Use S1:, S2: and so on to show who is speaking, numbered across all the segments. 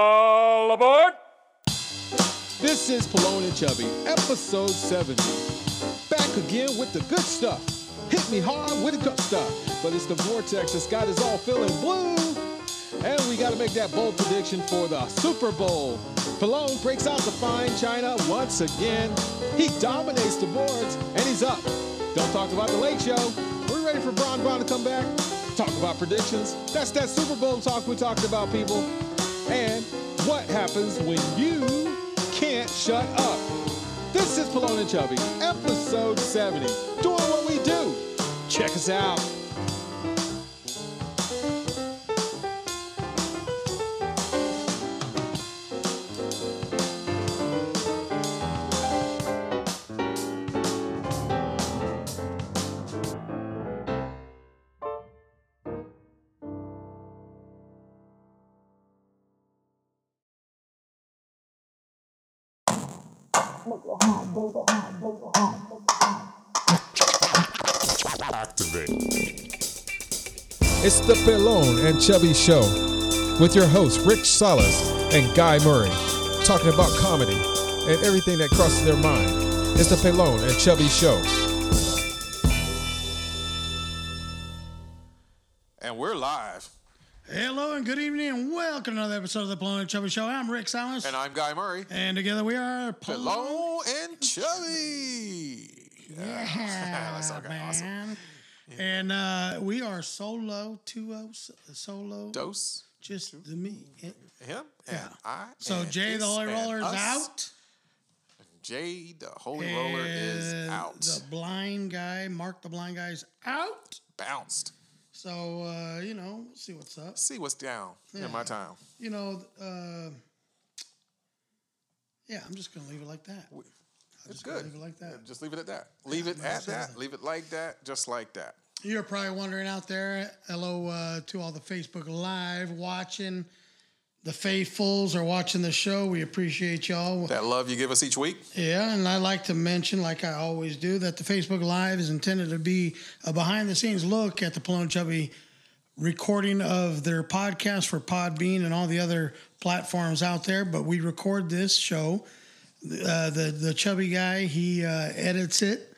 S1: All aboard!
S2: This is Pallone and Chubby, episode 70. Back again with the good stuff. Hit me hard with the good stuff. But it's the vortex that's got us all feeling blue. And we got to make that bold prediction for the Super Bowl. Pallone breaks out the fine china once again. He dominates the boards and he's up. Don't talk about the late show. We're ready for Bron Bron to come back. Talk about predictions. That's that Super Bowl talk we talked about, people. And what happens when you can't shut up? This is Pallone and Chubby, episode 70, doing what we do. Check us out. It's the Pallone and Chubby Show with your hosts, Rick Salas and Guy Murray, talking about comedy and everything that crosses their mind. It's the Pallone and Chubby Show.
S3: And we're live.
S4: Hello and good evening, and welcome to another episode of the Pallone and Chubby Show. I'm Rick Silence,
S3: And I'm Guy Murray.
S4: and together we are Pallone.
S3: Hello and Chubby.
S4: Yeah,
S3: That's okay. Awesome.
S4: man. And uh, we are solo, two o solo,
S3: Dose.
S4: just the me.
S3: Him and I.
S4: So
S3: and
S4: Jay the
S3: this
S4: Holy
S3: and
S4: Roller is
S3: us.
S4: out.
S3: Jay the Holy Roller is
S4: and
S3: out.
S4: The blind guy, Mark the blind guy, is out.
S3: Bounced.
S4: So uh, you know, we'll see what's up.
S3: See what's down in my time.
S4: You know, uh, yeah, I'm just gonna leave it like that.
S3: We- It's
S4: just gonna
S3: good.
S4: leave it like that.
S3: Just leave it at that. Leave it
S4: no,
S3: at
S4: it's not.
S3: that. Leave it like that. Just like that.
S4: You're probably wondering out there, hello uh, to all the Facebook Live watching, the faithfuls are watching the show. We appreciate y'all.
S3: That love you give us each week.
S4: Yeah, and I like to mention, like I always do, that the Facebook Live is intended to be a behind the scenes look at the Palone Chubby recording of their podcast for Podbean and all the other platforms out there. But we record this show. Uh, the the chubby guy he uh, edits it,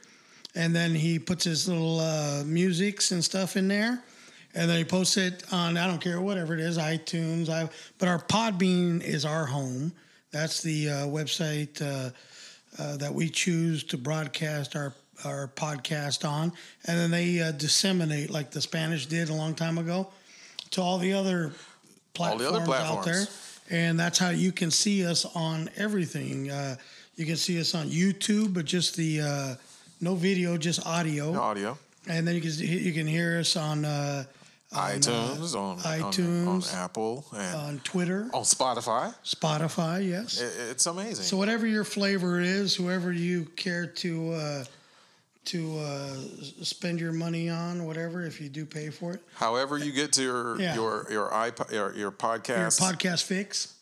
S4: and then he puts his little uh, musics and stuff in there, and then he posts it on I don't care whatever it is iTunes. I but our Podbean is our home. That's the uh, website. Uh, uh, that we choose to broadcast our our podcast on, and then they uh, disseminate like the Spanish did a long time ago to all the other
S3: All
S4: platforms,
S3: the other
S4: out there,
S3: platforms.
S4: and that's how you can see us on everything. Uh, you can see us on YouTube, but just the uh, no video, just audio,
S3: No audio.
S4: and then you can you can hear us on uh,
S3: iTunes on, on on
S4: iTunes. Uh,
S3: Apple and
S4: on Twitter,
S3: on Spotify.
S4: Spotify, yes.
S3: It- it's amazing.
S4: So whatever your flavor is, whoever you care to uh, to uh, s- spend your money on, whatever, if you do pay for it,
S3: However you get to your
S4: Yeah.
S3: your your iPod your, your
S4: your
S3: podcast,
S4: podcast fix.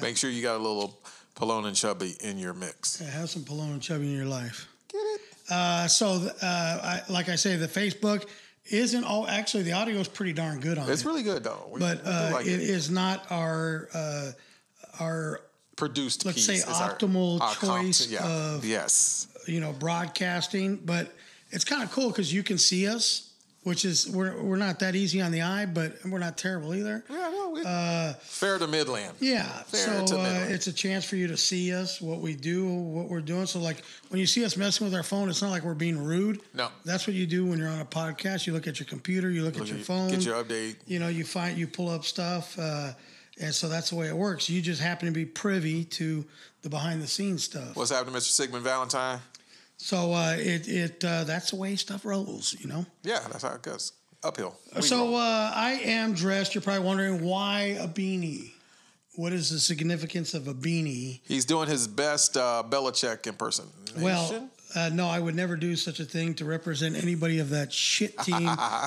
S3: make sure you got a little Pallone and Chubby in your mix.
S4: Yeah, have some Palone and Chubby in your life.
S3: Get it?
S4: Uh, so, th- uh, I, like I say, the Facebook isn't all. Actually, the audio is pretty darn good on
S3: It's
S4: it,
S3: really good though. We,
S4: but
S3: we do
S4: uh,
S3: like
S4: it is not our uh, our
S3: produced
S4: let's
S3: piece.
S4: say
S3: It's our-
S4: optimal
S3: our comp-
S4: choice
S3: yeah.
S4: of-
S3: yes.
S4: you know broadcasting but it's kind of cool because you can see us which is we're, we're not that easy on the eye but we're not terrible either
S3: Yeah, no, we, fair to Midland.
S4: yeah
S3: Fair to
S4: so uh,
S3: middling.
S4: it's a chance for you to see us what we do what we're doing so like when you see us messing with our phone it's not like we're being rude
S3: No.
S4: that's what you do when you're on a podcast you look at your computer you look, at your
S3: You
S4: phone
S3: Get your update.
S4: you know you find you pull up stuff uh, and so that's the way it works you just happen to be privy to the behind the scenes stuff
S3: What's happening, Mr. Sigmund Valentine?
S4: so uh, it, it uh, that's the way stuff rolls you know
S3: Yeah, that's how it goes. Uphill. We
S4: So
S3: roll.
S4: uh, I am dressed. You're probably wondering why a beanie. What is the significance of a beanie?
S3: he's doing his best uh, Belichick in person.
S4: Well, uh, no, I would never do such a thing to represent anybody of that shit team,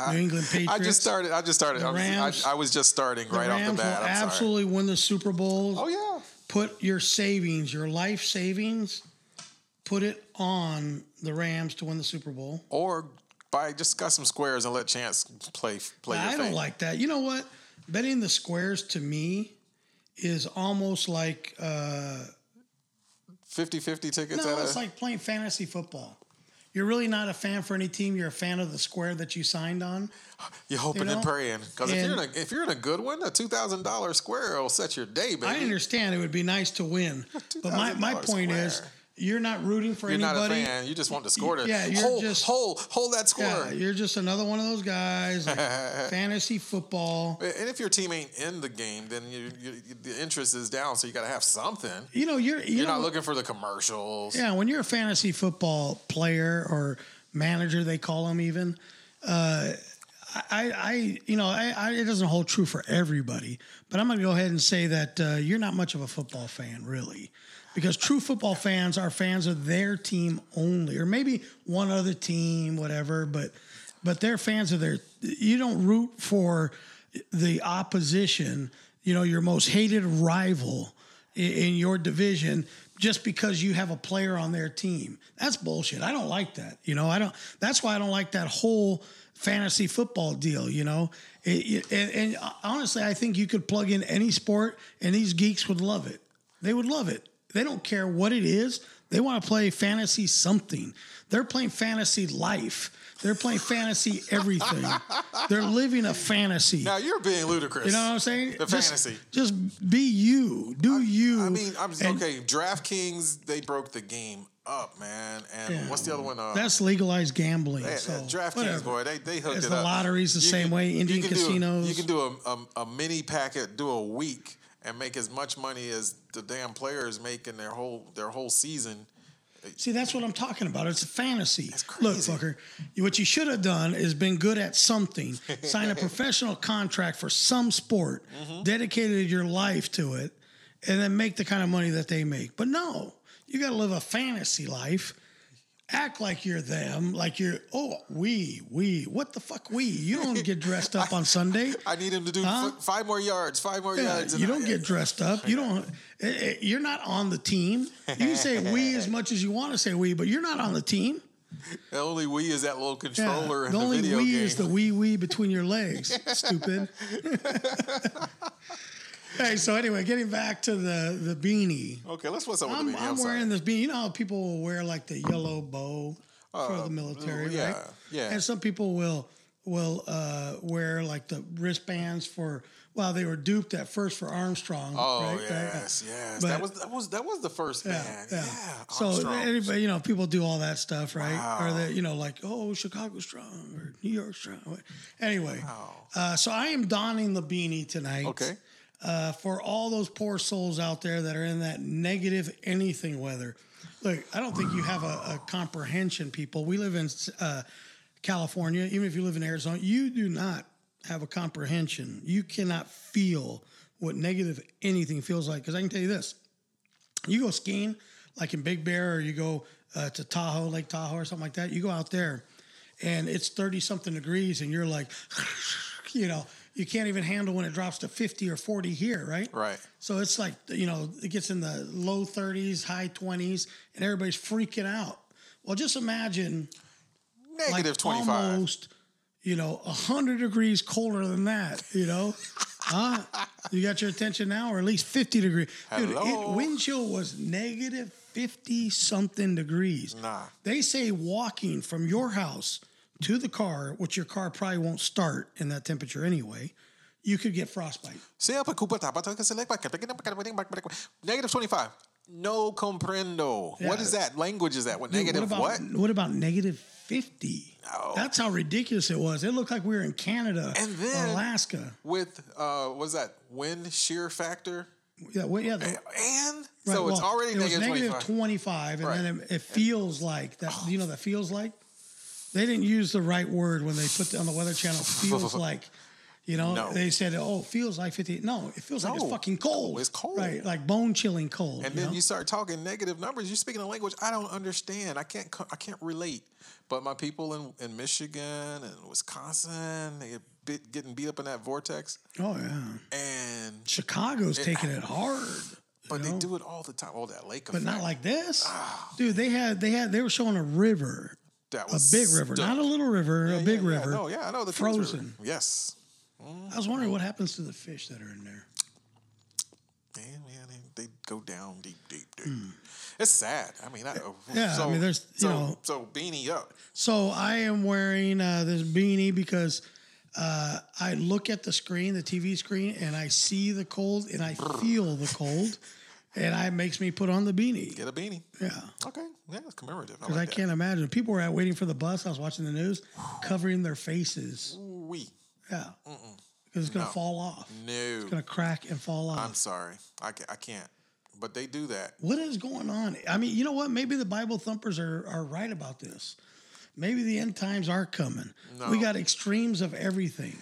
S4: New England Patriots.
S3: I just started. I just started.
S4: The
S3: I was, I-
S4: Rams-
S3: I, was just starting
S4: The
S3: right
S4: Rams
S3: off the bat.
S4: will
S3: I'm sorry.
S4: absolutely win the Super Bowl.
S3: Oh yeah.
S4: Put your savings, your life savings, put it on the Rams to win the Super Bowl.
S3: or buy just got some squares and let chance play play your
S4: I
S3: thing.
S4: don't like that. You know what? Betting the squares to me is almost like uh,
S3: 50-50 tickets
S4: no,
S3: at
S4: it's
S3: a,
S4: like playing fantasy football. You're really not a fan for any team. You're a fan of the square that you signed on.
S3: you're hoping
S4: you know,
S3: and praying because if you're in
S4: and-
S3: a if you're in a good one, a two thousand dollar square will set your day, baby.
S4: I understand it would be nice to win, but my, my
S3: $2,000
S4: point is
S3: square.
S4: you're not rooting for
S3: You're not a
S4: anybody.
S3: fan. You just want the score to
S4: Yeah, you're
S3: hold,
S4: just-
S3: hold hold that score.
S4: Yeah, you're just another one of those guys. Like fantasy football.
S3: and if your team ain't in the game, then you, you, the interest is down. So you got to have something.
S4: You know, you're you
S3: You're
S4: know,
S3: not looking for the commercials.
S4: Yeah, when you're a fantasy football player or manager, they call them even. Uh, I, I, you know, I, I, it doesn't hold true for everybody, but I'm going to go ahead and say that uh, you're not much of a football fan, really, because true football fans are fans of their team only, or maybe one other team, whatever. But, but they're fans of their. You don't root for the opposition. You know, your most hated rival i- in your division just because you have a player on their team. That's bullshit. I don't like that. You know, I don't. That's why I don't like that whole fantasy football deal. You know, It- it- and, and honestly, I think you could plug in any sport, and these geeks would love it. They would love it. They don't care what it is. They want to play fantasy something. They're playing fantasy life. They're playing fantasy everything. They're living a fantasy.
S3: Now you're being ludicrous.
S4: You know what I'm saying?
S3: The
S4: Just-
S3: fantasy.
S4: Just, be you. Do you.
S3: I mean, I'm just,
S4: and
S3: okay. DraftKings they broke the game up, man. And
S4: Yeah.
S3: what's the other one? Uh,
S4: That's legalized gambling.
S3: yeah,
S4: so
S3: yeah, DraftKings
S4: whatever.
S3: boy, they they hooked
S4: It's
S3: it
S4: the
S3: up.
S4: lotteries the same way, Indian
S3: do a-
S4: casinos.
S3: you can do a, a a mini packet, do a week, and make as much money as the damn players make in their whole their whole season.
S4: See, that's what I'm talking about. It's a fantasy.
S3: crazy.
S4: Look, fucker, you- what you should have done is been good at something. Sign a professional contract for some sport,
S3: Mm-hmm.
S4: dedicated your life to it, and then make the kind of money that they make. But no, you got to live a fantasy life. Act like you're them, like you're, oh, we, we. What the fuck, we? You don't get dressed up on Sunday.
S3: I need him to do
S4: Huh?
S3: f- five more yards, five more
S4: Yeah,
S3: yards. and
S4: you
S3: I-
S4: don't get dressed up. You don't. eh, eh, You're not on the team. You can say we as much as you want to say we, but you're not on the team.
S3: The only we is that little
S4: Yeah,
S3: controller in
S4: the
S3: the,
S4: only
S3: video
S4: wee
S3: game.
S4: is the wee wee between your legs, stupid. hey, so anyway, getting back to the the beanie.
S3: okay, let's what's up with
S4: I'm,
S3: Oh, the beanie.
S4: I'm
S3: sorry.
S4: wearing this beanie. You know how people will wear like the yellow bow for
S3: Uh,
S4: the military,
S3: yeah,
S4: right?
S3: yeah.
S4: And some people will will uh, wear like the wristbands for. Well, they were duped at first for Armstrong.
S3: Oh
S4: right?
S3: yes,
S4: Right?
S3: yes.
S4: But-
S3: that was that was that was the first man. Yeah,
S4: So
S3: Armstrong.
S4: anybody, you know, people do all that stuff, right? Or
S3: Wow.
S4: that, you know, like oh, Chicago strong or New York strong. Anyway, uh, so I am donning the beanie tonight.
S3: Okay.
S4: Uh, for all those poor souls out there that are in that negative anything weather, look, I don't think you have a, a comprehension, people. We live in uh, California, even if you live in Arizona, you do not have a comprehension. You cannot feel what negative anything feels like. Because I can tell you this you go skiing like in Big Bear or you go uh, to Tahoe, Lake Tahoe or something like that, you go out there and it's 30 something degrees and you're like, you know, you can't even handle when it drops to 50 or 40 here, right?
S3: right.
S4: So it's like, you know, it gets in the low 30s, high 20s, and everybody's freaking out. Well, just imagine like
S3: Negative twenty five.
S4: almost, you know, 100 degrees colder than that, you know? huh? You got your attention now, or at least 50 degrees. Dude, it,
S3: Hello?
S4: wind chill was negative 50 something degrees.
S3: Nah.
S4: They say walking from your house to the car, which your car probably won't start in that temperature anyway, you could get frostbite.
S3: Negative twenty five. No comprendo. What
S4: Yeah.
S3: is that language? Is that what
S4: Dude,
S3: negative?
S4: what
S3: What?
S4: about what, about negative 50?
S3: No.
S4: That's how ridiculous it was. It looked like we were in Canada
S3: And
S4: or
S3: then-
S4: Alaska.
S3: With uh, what is that wind shear factor?
S4: Yeah, well, yeah,
S3: Eh,
S4: the-
S3: And
S4: Right,
S3: so it's
S4: well,
S3: already
S4: it was
S3: negative Oh. twenty five.
S4: 25, and then it, it feels like that. You know that feels like. They didn't use the right word when they put on the Weather Channel. Feels like, you know,
S3: No.
S4: they said, "Oh, feels like 50." No, it feels like it's
S3: No.
S4: fucking cold.
S3: No, it's cold.
S4: right? Like bone chilling cold.
S3: And
S4: you
S3: then
S4: know?
S3: you start talking negative numbers. You're speaking a language I don't understand. I can't. co- I can't relate. But my people in, in Michigan and Wisconsin, they get bit, getting beat up in that vortex.
S4: oh yeah,
S3: And
S4: Chicago's taking it hard,
S3: but they do Ah. it all the time. All that lake
S4: but
S3: effect.
S4: not like this, dude. They had they had they were showing a river,
S3: that
S4: a big river,
S3: stuck.
S4: not a little river, a big
S3: Yeah,
S4: river.
S3: No, yeah, I know the Coos River.
S4: Frozen.
S3: Yes,
S4: I was wondering what happens to the fish that are in there.
S3: they go down deep, deep, deep. It's sad. I mean, I,
S4: Hmm.
S3: oh,
S4: Yeah, I
S3: So,
S4: mean, there's, you
S3: so,
S4: know-
S3: so beanie up.
S4: So I am wearing uh, this beanie because uh, I look at the screen, the TV screen, and I see the cold and I feel the cold, and I- it makes me put on the beanie.
S3: Get a beanie.
S4: Yeah.
S3: Okay, yeah, it's commemorative. I
S4: Because I
S3: like
S4: can't imagine. People were out waiting for the bus. I was watching the news, covering their faces.
S3: that. We
S4: Yeah. Because it's going to
S3: No.
S4: fall off. It's
S3: no.
S4: going to crack and fall off.
S3: I'm sorry. I ca- I can't. But they do that.
S4: what is going on? I mean, you know what? Maybe the Bible thumpers are, are right about this. Maybe the end times are coming. We
S3: No.
S4: got extremes of everything.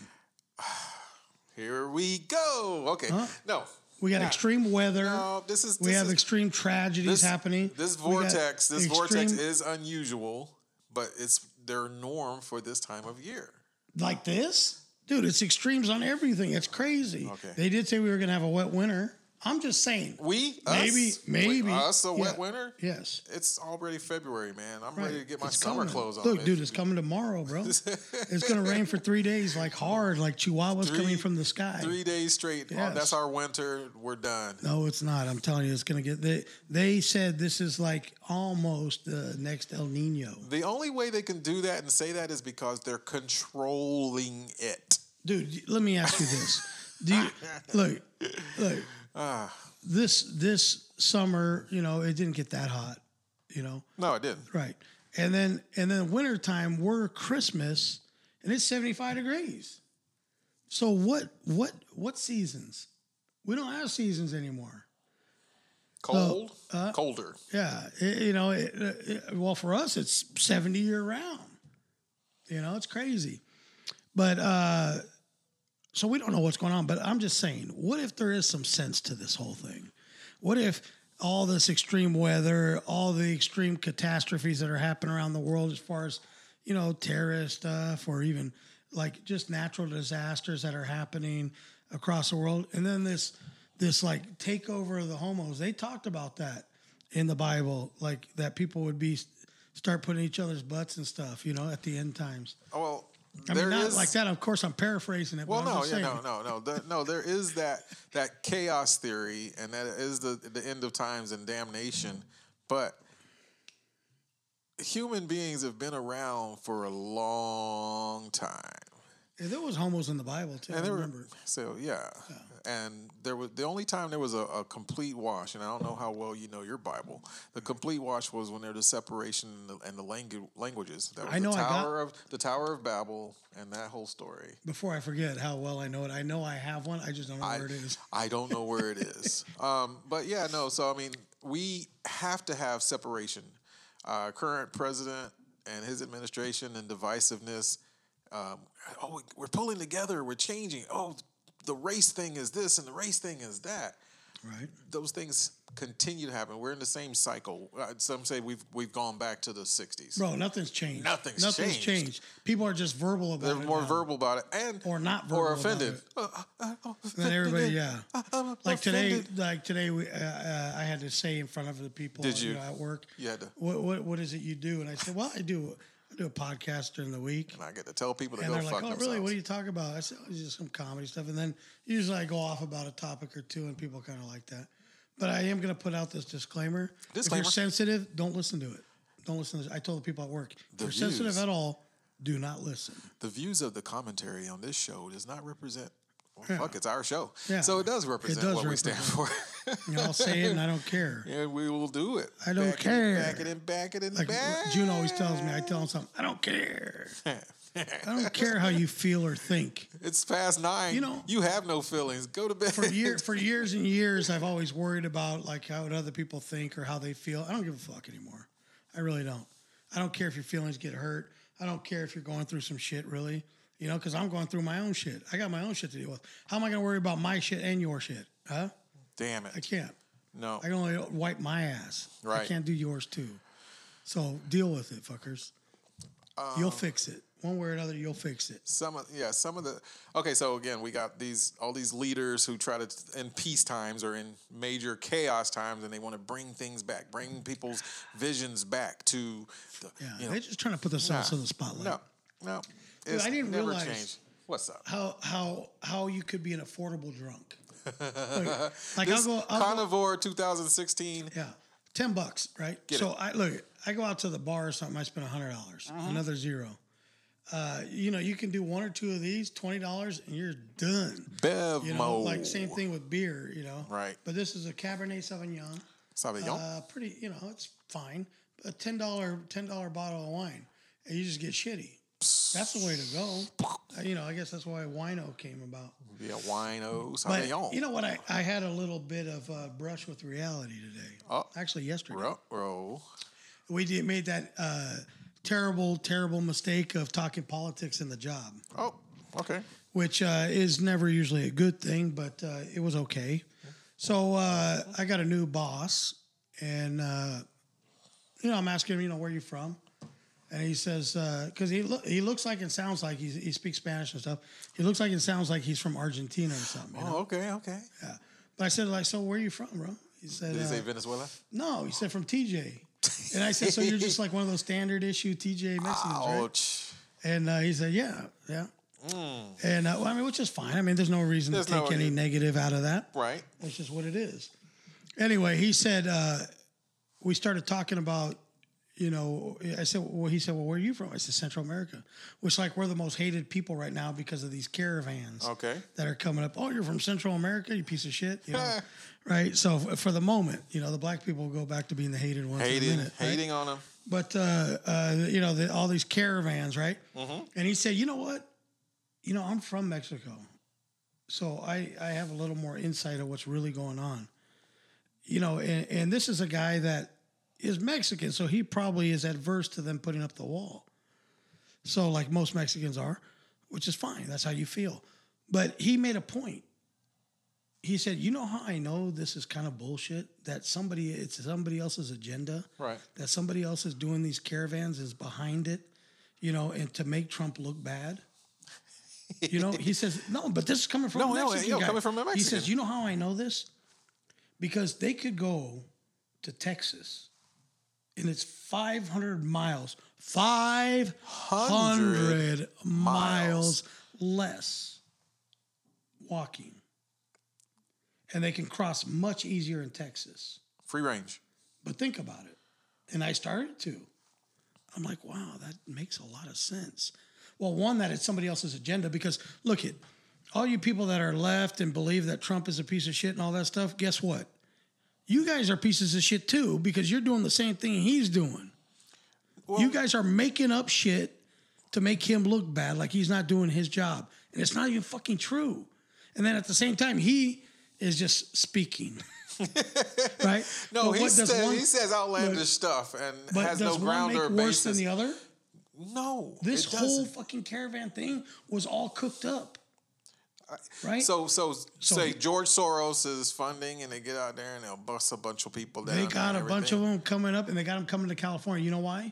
S3: Here we go. Okay. No.
S4: We got
S3: Yeah.
S4: extreme weather.
S3: No, this is.
S4: we
S3: this
S4: have
S3: is-
S4: extreme tragedies
S3: this-
S4: happening.
S3: This
S4: We got
S3: vortex. This vortex
S4: extreme-
S3: is unusual, but it's their norm for this time of year.
S4: like this, dude. It's extremes on everything. It's crazy.
S3: Okay.
S4: They did say we were gonna have a wet winter. I'm just saying.
S3: We
S4: Maybe-
S3: us,
S4: maybe.
S3: we, us a wet
S4: Yeah.
S3: winter.
S4: Yes.
S3: It's already February, man. I'm ready to get my
S4: It's
S3: summer
S4: coming.
S3: clothes on.
S4: Look,
S3: It-
S4: dude, it's coming tomorrow, bro. it's gonna rain for three days, like hard, like chihuahuas coming
S3: Three-
S4: from the sky.
S3: Three days straight. Oh,
S4: Yes.
S3: that's our winter. We're done.
S4: No, it's not. I'm telling you, it's gonna get. They they said this is like almost the next El Nino,
S3: The only way they can do that and say that is because they're controlling it.
S4: dude. Let me ask you this: Do you look look this this summer? You know, it didn't get that hot. You know,
S3: No, it didn't.
S4: right? And then and then wintertime, we're Christmas, and it's 75 degrees. So what what what seasons? We don't have seasons anymore.
S3: Cold,
S4: Uh,
S3: colder.
S4: Yeah, it- you know, it, it, well, for us, it's 70 year round. You know, it's crazy. But uh, so we don't know what's going on. But I'm just saying, what if there is some sense to this whole thing? What if all this extreme weather, all the extreme catastrophes that are happening around the world, as far as, you know, terrorist stuff or even like just natural disasters that are happening across the world, and then this, this like takeover of the homos, they talked about that in the Bible, like that people would be start putting each other's butts and stuff, you know, at the end times.
S3: Oh, well,
S4: I
S3: there
S4: mean, not
S3: is-
S4: like that. Of course, I'm paraphrasing it.
S3: Well,
S4: but I'm
S3: no,
S4: just
S3: yeah,
S4: saying.
S3: no, no, no, The- no. There is that that chaos theory, and that is the the end of times and damnation. But human beings have been around for a long time.
S4: Yeah, there was homos in the Bible too. I
S3: there were-
S4: remember.
S3: so yeah. and there was the only time there was a, a complete wash, and I don't know how well you know your Bible. The complete wash was when there was separation in the, in the langu- languages. That was
S4: I know I
S3: the
S4: got-
S3: Tower of the Tower of Babel and that whole story.
S4: Before I forget how well I know it, I know I have one. I just don't know where it is.
S3: I don't know where it is. um, but yeah, no. So I mean, we have to have separation. Uh, current president and his administration and divisiveness. Um, oh, we're pulling together. We're changing. Oh, the race thing is this and the race thing is that.
S4: Right.
S3: Those things continue to happen. We're in the same cycle. Uh, some say we've we've gone back to the '60s.
S4: Bro, nothing's changed.
S3: Nothing's
S4: Nothing's changed.
S3: changed.
S4: People are just verbal about
S3: They're
S4: it.
S3: more
S4: now.
S3: verbal about it, and
S4: Or not verbal
S3: or
S4: about
S3: offended.
S4: it. And then everybody, yeah. Like today, like today, we, uh, uh, I had to say in front of the people
S3: Did you?
S4: know, at work,
S3: You had to-
S4: what, what, what is it you do? And I said, well, I do, I do a podcast during the week.
S3: And I get to tell people to go
S4: And they're
S3: fuck
S4: like, oh,
S3: themselves.
S4: really? What are you talking about? I said, oh, it's just some comedy stuff. And then usually I go off about a topic or two, and people kind of like that. But I am going to put out this disclaimer. If
S3: Disclaimer.
S4: you're sensitive, don't listen to it. Don't listen to it. I told the people at work, if
S3: The
S4: you're sensitive
S3: views.
S4: at all, do not listen.
S3: the views of the commentary on this show does not represent. Well, fuck, it's our show,
S4: Yeah.
S3: so it does represent
S4: does
S3: what we stand for,
S4: You know, I'll say it and I don't care.
S3: and we will do it.
S4: I don't
S3: back It, back
S4: care.
S3: it and back it and
S4: Like
S3: back.
S4: June always tells me, I tell him something, I don't care. I don't care how you feel or think.
S3: it's past nine.
S4: You
S3: You
S4: know-
S3: know, you have no feelings. Go to bed.
S4: For, year, for years and years, I've always worried about like how what other people think or how they feel. I don't give a fuck anymore. I really don't. I don't care if your feelings get hurt. I don't care if you're going through some shit, really. You know, because I'm going through my own shit. I got my own shit to deal with. How am I going to worry about my shit and your shit? Huh?
S3: Damn
S4: I
S3: it.
S4: can't.
S3: No,
S4: I can only wipe my ass. I
S3: Right.
S4: can't do yours too. So deal with it, fuckers. you'll
S3: Um,
S4: fix it. One way or another, you'll fix it.
S3: some of yeah, some of the. Okay, so again, we got these all these leaders who try to in peace times or in major chaos times, and they want to bring things back, bring people's visions back to the.
S4: Yeah,
S3: you know,
S4: they're just trying to put themselves
S3: Nah.
S4: in the spotlight.
S3: No, no. It's
S4: I didn't
S3: never
S4: realize-
S3: changed. What's up?
S4: How how how you could be an affordable drunk? Like
S3: this
S4: I'll go. I'll go-
S3: Carnivore 2016.
S4: Yeah. Ten bucks, right?
S3: Get
S4: so
S3: it.
S4: I look, I go out to the bar or something, I spend hundred dollars. Another zero. Uh, you know, you can do one or two of these, twenty dollars, and you're done.
S3: Bevmo.
S4: You know, like same thing with beer, you know.
S3: Right. Oh.
S4: But this is a Cabernet Sauvignon.
S3: Sauvignon.
S4: Uh, pretty, you know, it's fine. A ten dollar ten dollar bottle of wine, and you just get shitty. That's the way to go. Uh, you know, I guess that's why wino came about.
S3: yeah, wino.
S4: But
S3: Sauvignon.
S4: you know what? I, I had a little bit of uh, brush with reality today.
S3: Oh.
S4: Actually, yesterday.
S3: Ruh, roh.
S4: We did, made that uh, terrible, terrible mistake of talking politics in the job,
S3: Oh, okay.
S4: which uh, is never usually a good thing, but uh, it was okay. So uh, I got a new boss, and uh, you know I'm asking him, you know, where you from, and he says because he lo- he looks like and sounds like he's, he speaks Spanish and stuff. He looks like and sounds like he's from Argentina or something. you know?
S3: Oh, okay, okay.
S4: But I said like, so where are you from, bro? He said,
S3: Did he say
S4: uh,
S3: Venezuela?
S4: no. He said from TJ. And I said, so you're just like one of those standard issue
S3: Ah,
S4: TJ Mexicans, right?
S3: Ouch.
S4: And uh, he said, yeah, yeah. And uh, well, I mean, which is fine. I mean, there's no reason
S3: Mm. There's
S4: to take
S3: no-
S4: any negative out of that.
S3: Right.
S4: That's just what it is. Anyway, he said, uh, we started talking about, you know, I said, well, he said, well, where are you from? I said, Central America, which like we're the most hated people right now because of these caravans
S3: Okay.
S4: that are coming up. Oh, you're from Central America, you piece of shit. You know, right. So f- for the moment, you know, the black people go back to being the hated ones. in a
S3: Hating,
S4: minute, right?
S3: hating on him.
S4: but uh, uh, you know the, all these caravans, right? And he said, you know what? You know I'm from Mexico, so I I have a little more insight of what's really going on. You know, and, and this is a guy that is Mexican, so he probably is adverse to them putting up the wall. So like most Mexicans are, which is fine. That's how you feel. But he made a point. He said, "You know how I know this is kind of bullshit that somebody it's somebody else's agenda."
S3: Right.
S4: that somebody else is doing these caravans is behind it, you know, and to make Trump look bad. You know, he says, no, but this is coming from
S3: No,
S4: a
S3: no,
S4: Mexican
S3: yo,
S4: guy.
S3: coming from a
S4: He
S3: Mexican.
S4: says, you know how I know this? Because they could go to Texas and it's 500 miles, 500 miles,
S3: miles.
S4: less walking. And they can cross much easier in Texas.
S3: Free range.
S4: But think about it. And I started to. I'm like, wow, that makes a lot of sense. Well, one, that it's somebody else's agenda because look it, all you people that are left and believe that Trump is a piece of shit and all that stuff, guess what? You guys are pieces of shit too because you're doing the same thing he's doing. you guys are making up shit to make him look bad, like he's not doing his job. And it's not even fucking true. And then at the same time, he is just speaking. right?
S3: No,
S4: But
S3: he
S4: what does
S3: says,
S4: one-
S3: he says outlandish stuff and
S4: but
S3: has no
S4: does one
S3: ground
S4: make
S3: or
S4: worse than
S3: basis.
S4: the other?
S3: no,
S4: This
S3: it
S4: whole
S3: doesn't.
S4: fucking caravan thing was all cooked up, right?
S3: So, so, say
S4: he-
S3: George Soros is funding, and they get out there and they'll bust a bunch of people down.
S4: they
S3: and
S4: got a bunch of
S3: everything.
S4: them coming up, and they got them coming to California. You know why?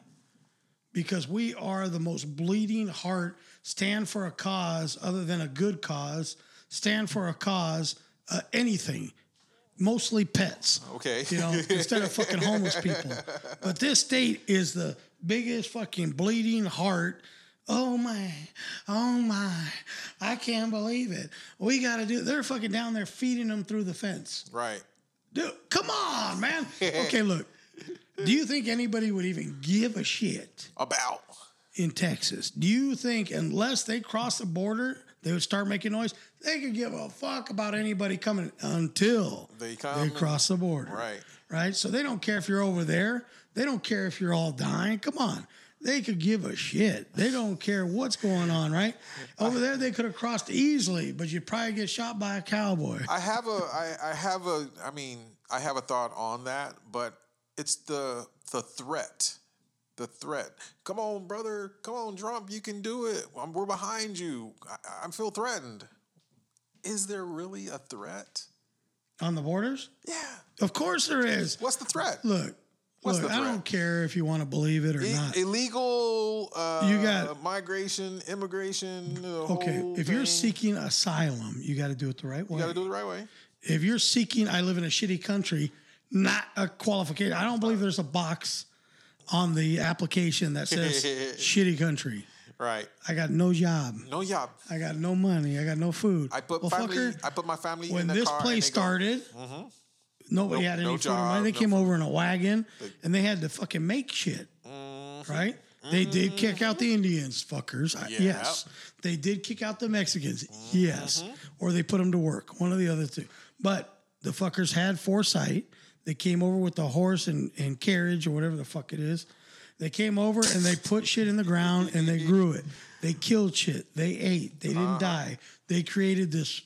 S4: Because we are the most bleeding heart. Stand for a cause other than a good cause. Stand for a cause, uh, anything, mostly pets.
S3: Okay.
S4: you know, instead of fucking homeless people. But this state is the biggest fucking bleeding heart. Oh my, oh my, I can't believe it. We got to do. They're fucking down there feeding them through the fence.
S3: right.
S4: Dude, come on, man. Okay, look. Do you think anybody would even give a shit
S3: About.
S4: in Texas? Do you think unless they cross the border, they would start making noise? They could give a fuck about anybody coming until
S3: They come
S4: they
S3: and-
S4: cross the border
S3: Right.
S4: right? So they don't care if you're over there. They don't care if you're all dying. Come on. They could give a shit. They don't care what's going on, right? Over there, they could have crossed easily, but you'd probably get shot by a cowboy.
S3: I have a, I, I have a, I mean, I have a thought on that, but it's the the threat, the threat. Come on, brother. Come on, Trump. You can do it. i we're behind you. I, I feel threatened. Is there really a threat?
S4: On the borders?
S3: Yeah.
S4: Of course there is.
S3: What's the threat?
S4: Look,
S3: What's
S4: look,
S3: the
S4: I don't
S3: threat? E-
S4: care if you want to believe it or
S3: I-
S4: not.
S3: illegal. Uh,
S4: You got-
S3: migration, immigration. the
S4: Okay,
S3: whole
S4: if you're
S3: thing.
S4: seeking asylum, you got to do it the right way.
S3: you got to do it the right way.
S4: if you're seeking I live in a shitty country, not a qualification. I don't believe there's a box on the application that says shitty country.
S3: Right.
S4: I got no job.
S3: No, y'all.
S4: I got no money. I got no food.
S3: I put
S4: well,
S3: family.
S4: fucker,
S3: I put my family
S4: when
S3: in the
S4: this
S3: car. and
S4: place
S3: they go,
S4: started, nobody
S3: No-
S4: had any
S3: no
S4: food. or money.
S3: job,
S4: They
S3: no
S4: came over in a wagon and they had to fucking make shit. Right? They did kick out the Indians, fuckers. I-
S3: Mm-hmm. Yeah.
S4: Yes. They did kick out the Mexicans. Yes.
S3: Mm-hmm.
S4: Or they put them to work. One of the other two. But the fuckers had foresight. They came over with the horse and, and carriage or whatever the fuck it is. They came over and they put shit in the ground and they grew it. They killed shit. They ate. They
S3: Uh-huh.
S4: didn't die. They created this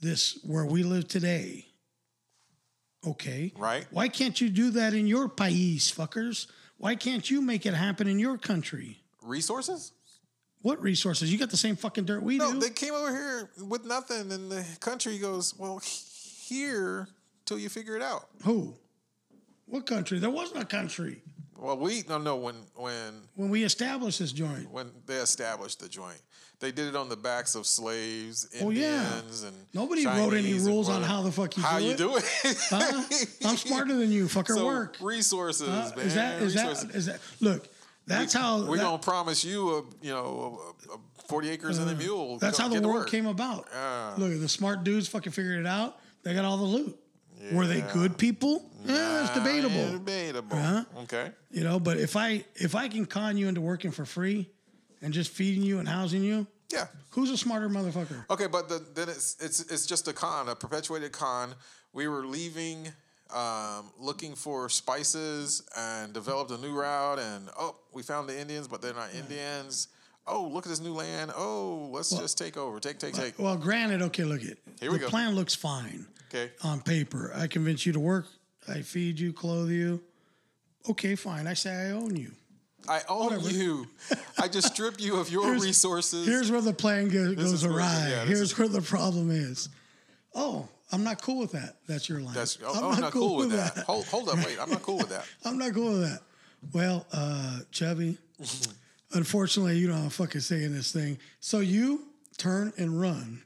S4: this where we live today. Okay.
S3: Right.
S4: Why can't you do that in your país, fuckers? Why can't you make it happen in your country?
S3: resources.
S4: What resources? You got the same fucking dirt we
S3: No,
S4: do.
S3: they came over here with nothing, and the country goes well he- here till you figure it out.
S4: Who? What country? There wasn't a country
S3: Well, we no no when when
S4: when we established this joint.
S3: when they established the joint, they did it on the backs of slaves, Indians,
S4: Oh, yeah.
S3: and
S4: Nobody wrote any
S3: Chinese and
S4: rules on
S3: whatever.
S4: how the fuck you
S3: how
S4: do
S3: you
S4: it.
S3: do it.
S4: Huh? I'm smarter than you. Fucker
S3: so
S4: work.
S3: resources,
S4: Huh?
S3: man.
S4: is that is
S3: resources.
S4: that is that? Look, that's how
S3: We're
S4: that-
S3: gonna promise you a you know a, a forty acres and a mule.
S4: Uh, That's
S3: Come
S4: how the
S3: get to
S4: world
S3: work.
S4: came about.
S3: Ah.
S4: Look, the smart dudes fucking figured it out. They got all the loot. Were they good people? yeah, that's
S3: Ah,
S4: debatable. Uh-huh.
S3: yeah, debatable.
S4: Huh?
S3: Okay.
S4: You know, but if I if I can con you into working for free and just feeding you and housing you,
S3: Yeah.
S4: who's a smarter motherfucker?
S3: Okay, but the, then it's it's it's just a con, a perpetuated con. We were leaving, um, looking for spices, and developed a new route. And oh, we found the Indians, but they're not Indians. Oh, look at this new land. Oh, let's just take over. Take, take, take.
S4: Well, granted, okay, look it.
S3: Here we
S4: the
S3: go.
S4: plan looks fine
S3: Okay.
S4: on paper. I convince you to work, I feed you, clothe you. Okay, fine. I say I own you.
S3: I own you. I just strip you of your resources.
S4: Here's where the plan go, goes
S3: is where-
S4: awry.
S3: yeah, this
S4: here's
S3: is-
S4: where the problem is. Oh, I'm not cool with that. That's your line.
S3: That's, oh, I'm, not, cool, with that. Hold, hold up, wait. I'm not cool with that.
S4: I'm not cool with that. Well, uh, Chubby, unfortunately, you know I'm fucking saying this thing. So you turn and run.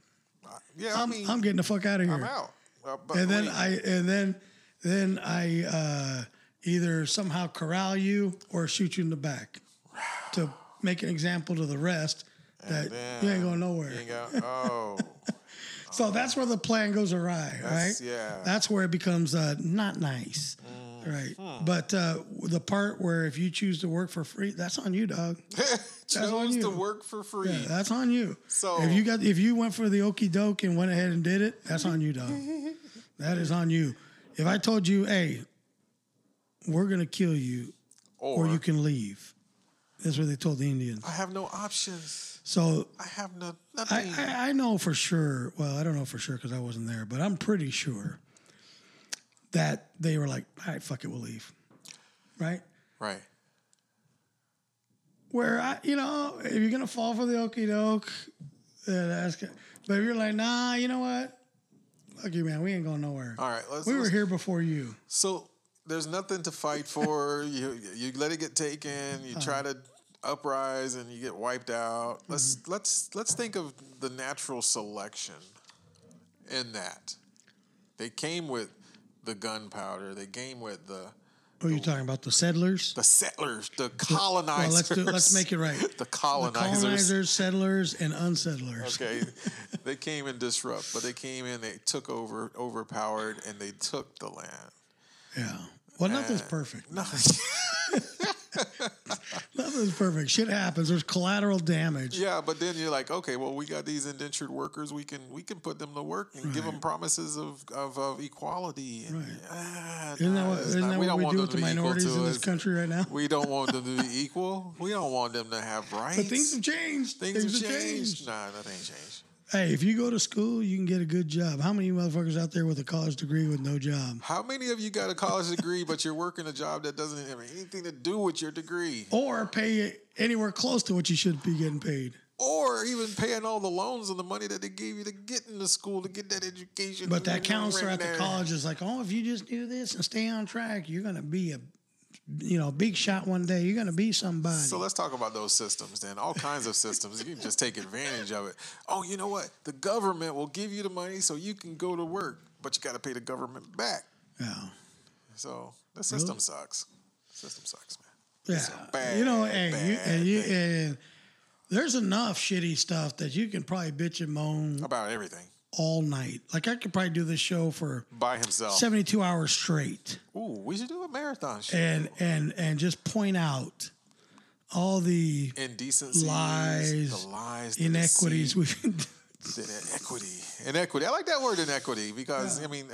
S3: Yeah, i
S4: I'm,
S3: mean,
S4: I'm getting the fuck out of here.
S3: I'm out. Uh, but
S4: and then
S3: wait.
S4: I and then then I uh, either somehow corral you or shoot you in the back to make an example to the rest that you ain't going nowhere.
S3: You go, oh,
S4: So that's where the plan goes awry,
S3: That's-
S4: right?
S3: yeah. Mm-hmm.
S4: That's where it becomes uh, not nice, right? But uh, the part where if you choose to work for free, that's on you, dog. on
S3: chose
S4: you.
S3: to work for free.
S4: Yeah, that's on you.
S3: So-
S4: if you got if you went for the okey doke and went ahead and did it, that's on you, dog. that is on you. If I told you, hey, we're gonna kill you, or,
S3: or,
S4: you can leave. That's what they told the Indians.
S3: I have no options.
S4: So
S3: I have no
S4: I,
S3: nothing.
S4: I, I know for sure. Well, I don't know for sure because I wasn't there, but I'm pretty sure that they were like, "All right, fuck it, we'll leave." Right?
S3: right.
S4: Where I, you know, if you're gonna fall for the okey doke, then that's good. But if you're like, "Nah, you know what? Fuck you, man. We ain't going nowhere.
S3: All right. Let's,
S4: we were
S3: let's-
S4: here before you."
S3: So there's nothing to fight for. you you let it get taken. You try
S4: Uh-huh.
S3: to uprise and you get wiped out. Let's
S4: Mm-hmm.
S3: let's let's think of the natural selection in that. They came with the gunpowder. They came with the
S4: What are you talking about? The settlers?
S3: the settlers, the colonizers.
S4: Well, let's do. Let's make it right.
S3: the
S4: The
S3: colonizers.
S4: colonizers, settlers, and unsettlers.
S3: Okay, they came and disrupt, but they came in, they took over, overpowered, and they took the land.
S4: Yeah. Well, nothing's perfect.
S3: Uh, No,
S4: Nothing's perfect. Shit happens. There's collateral damage.
S3: yeah, but then you're like, okay, well, we got these indentured workers. We can we can put them to work and give them promises of of, of equality. And, ah,
S4: Isn't that
S3: nah,
S4: what,
S3: it's
S4: isn't
S3: not-
S4: that what we
S3: want
S4: do
S3: them
S4: with
S3: to
S4: the
S3: be equal
S4: minorities
S3: to
S4: in this
S3: us.
S4: country right now?
S3: We don't want them to be equal. We don't want them to have rights.
S4: But things have changed.
S3: Things have changed. Nah, nothing changed.
S4: Hey, if you go to school, you can get a good job. How many motherfuckers out there with a college degree with no job?
S3: How many of you got a college degree, but you're working a job that doesn't have anything to do with your degree?
S4: Or pay anywhere close to what you should be getting paid.
S3: or even paying all the loans and the money that they gave you to get into school to get that education.
S4: But that counselor at the
S3: Right
S4: college is like, oh, if you just do this and stay on track, you're going to be a, you know, big shot one day. You're going to be somebody.
S3: there. So let's talk about those systems then. All kinds of systems. You can just take advantage of it. Oh, you know what? The government will give you the money so you can go to work, but you got to pay the government back.
S4: yeah.
S3: So the system sucks. System sucks, man.
S4: Yeah,
S3: bad,
S4: you know, and you
S3: bad
S4: and you and There's enough shitty stuff that you can probably bitch and moan
S3: about everything
S4: all night. Like I could probably do this show for
S3: by himself.
S4: 72 hours straight
S3: Ooh, we should do a marathon. Show.
S4: and and and just point out all the
S3: indecencies,
S4: Lies,
S3: the lies, the
S4: inequities
S3: deceit,
S4: we've been
S3: the inequity, inequity. I like that word inequity because I mean,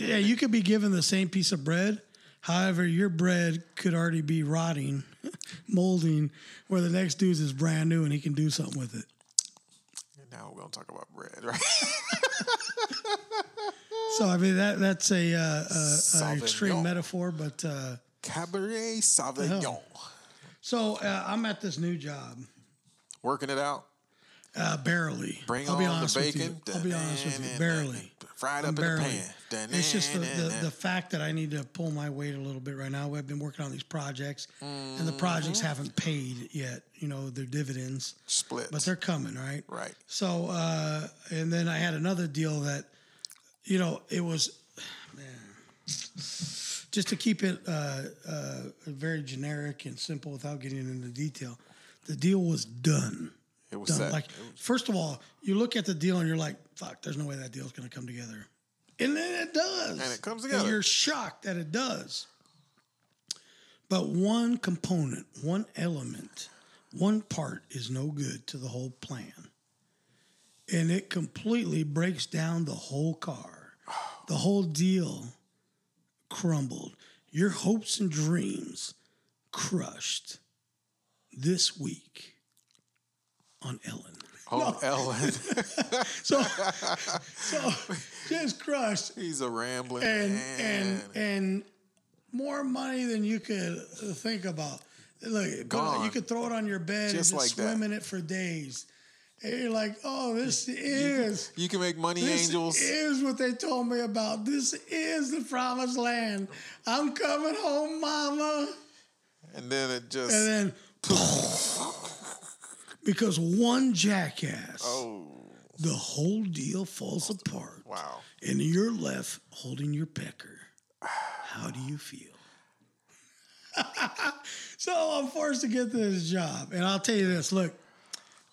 S4: yeah, you could be given the same piece of bread. However, your bread could already be rotting, molding, where the next dude's is brand new and he can do something with it.
S3: now we're gonna talk about bread, right?
S4: So I mean that that's a, uh, a, a
S3: Sauvignon.
S4: extreme metaphor, but uh,
S3: Cabaret Sauvignon,
S4: so uh, I'm at this new job
S3: working it out.
S4: uh, barely.
S3: Bring
S4: I'll
S3: on
S4: be honest
S3: the
S4: with
S3: bacon.
S4: you. I'll be honest with you, barely.
S3: Fried
S4: I'm
S3: up
S4: barely.
S3: in the pan.
S4: It's just the, the, the fact that I need to pull my weight a little bit right now. I've been working on these projects, and the projects
S3: Mm-hmm.
S4: haven't paid yet. You know their dividends,
S3: split.
S4: but they're coming, right?
S3: right.
S4: So, uh, and then I had another deal that, you know, it was, man, just to keep it uh, uh, very generic and simple without getting into detail, the deal was done.
S3: It was
S4: Done.
S3: set.
S4: Like, first of all, you look at the deal and you're like, fuck, there's no way that deal's going to come together. And then it does.
S3: And it comes together.
S4: you're shocked that it does. But one component, one element, one part is no good to the whole plan. And it completely breaks down the whole car. The whole deal crumbled. Your hopes and dreams crushed this week on Ellen.
S3: oh, Ellen,
S4: So, so just crushed
S3: he's a rambling
S4: and
S3: man.
S4: and and more money than you could think about. Look, put it- you
S3: Gone.
S4: could throw it on your bed
S3: Just
S4: and just
S3: like that.
S4: swim in it for days. And you're like, oh, this is
S3: you can make money
S4: this
S3: angels.
S4: is what they told me about. This is the promised land. I'm coming home, mama.
S3: and then it just
S4: And then because one jackass,
S3: oh
S4: the whole deal falls apart.
S3: wow.
S4: and you're left holding your pecker. How do you feel? so I'm forced to get this job, and I'll tell you this: look,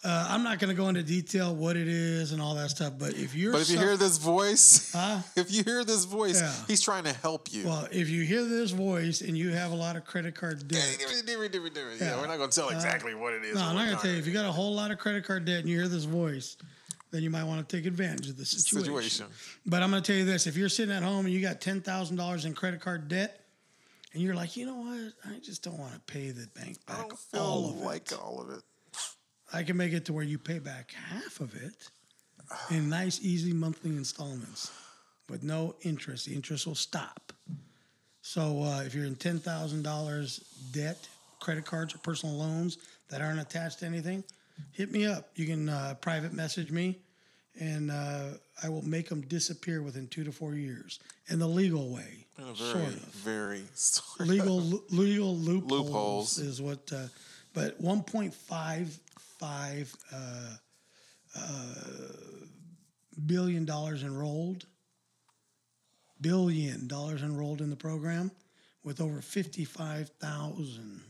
S4: uh, I'm not going to go into detail what it is and all that stuff, but if you're,
S3: But if you
S4: suff-
S3: hear this voice, if you hear this voice,
S4: Yeah.
S3: he's trying to help you.
S4: well, if you hear this voice and you have a lot of credit card
S3: yeah,
S4: debt,
S3: we're not going to tell exactly what it is.
S4: no,
S3: but
S4: I'm not
S3: we're
S4: going to tell you. If
S3: gonna-
S4: you got a whole lot of credit card debt and you hear this voice, then you might want to take advantage of the
S3: situation.
S4: But I'm going to tell you this: if you're sitting at home and you got ten thousand dollars in credit card debt, and you're like, you know what, I just don't want to pay the bank
S3: I
S4: back
S3: don't
S4: all
S3: feel
S4: of it.
S3: Oh, like all of it.
S4: I can make it to where you pay back half of it in nice, easy monthly installments with no interest. The interest will stop. So uh, if you're in ten thousand dollars debt, credit cards or personal loans that aren't attached to anything, hit me up. You can uh, private message me, and uh, I will make them disappear within two to four years in the legal way.
S3: In a Oh,
S4: sort
S3: very,
S4: of
S3: very sort of-
S4: legal legal loopholes,
S3: Loopholes.
S4: is what. Uh, but one point five five uh, uh, billion dollars enrolled, billion dollars enrolled in the program, with over fifty five thousand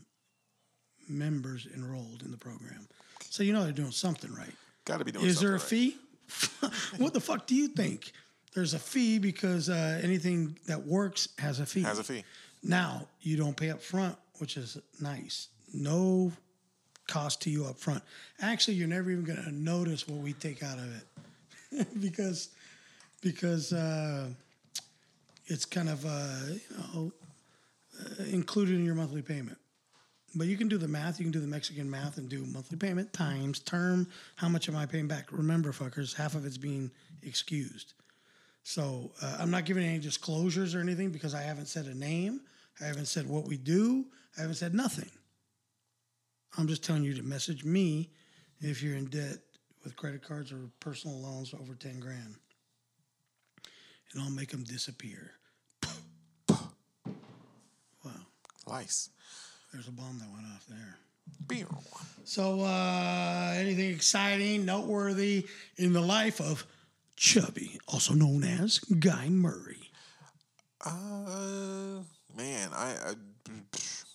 S4: members enrolled in the program. So you know they're doing something right.
S3: Gotta be doing
S4: Is there a
S3: something
S4: fee? what the fuck do you think? There's a fee because uh, anything that works has a fee.
S3: right. Has a fee.
S4: Now you don't pay up front, which is nice. No cost to you up front. Actually, you're never even going to notice what we take out of it because because uh, it's kind of uh, you know uh, included in your monthly payment. But you can do the math. You can do the Mexican math and do monthly payment times term. How much am I paying back? Remember, fuckers, half of it's being excused. So uh, I'm not giving any disclosures or anything because I haven't said a name. I haven't said what we do. I haven't said nothing. I'm just telling you to message me if you're in debt with credit cards or personal loans over 10 grand. And I'll make them disappear. wow,
S3: Lice.
S4: there's a bomb that went off there.
S3: Beer.
S4: So, uh, anything exciting, noteworthy in the life of Chubby, also known as Guy Murray?
S3: Uh, man, I, I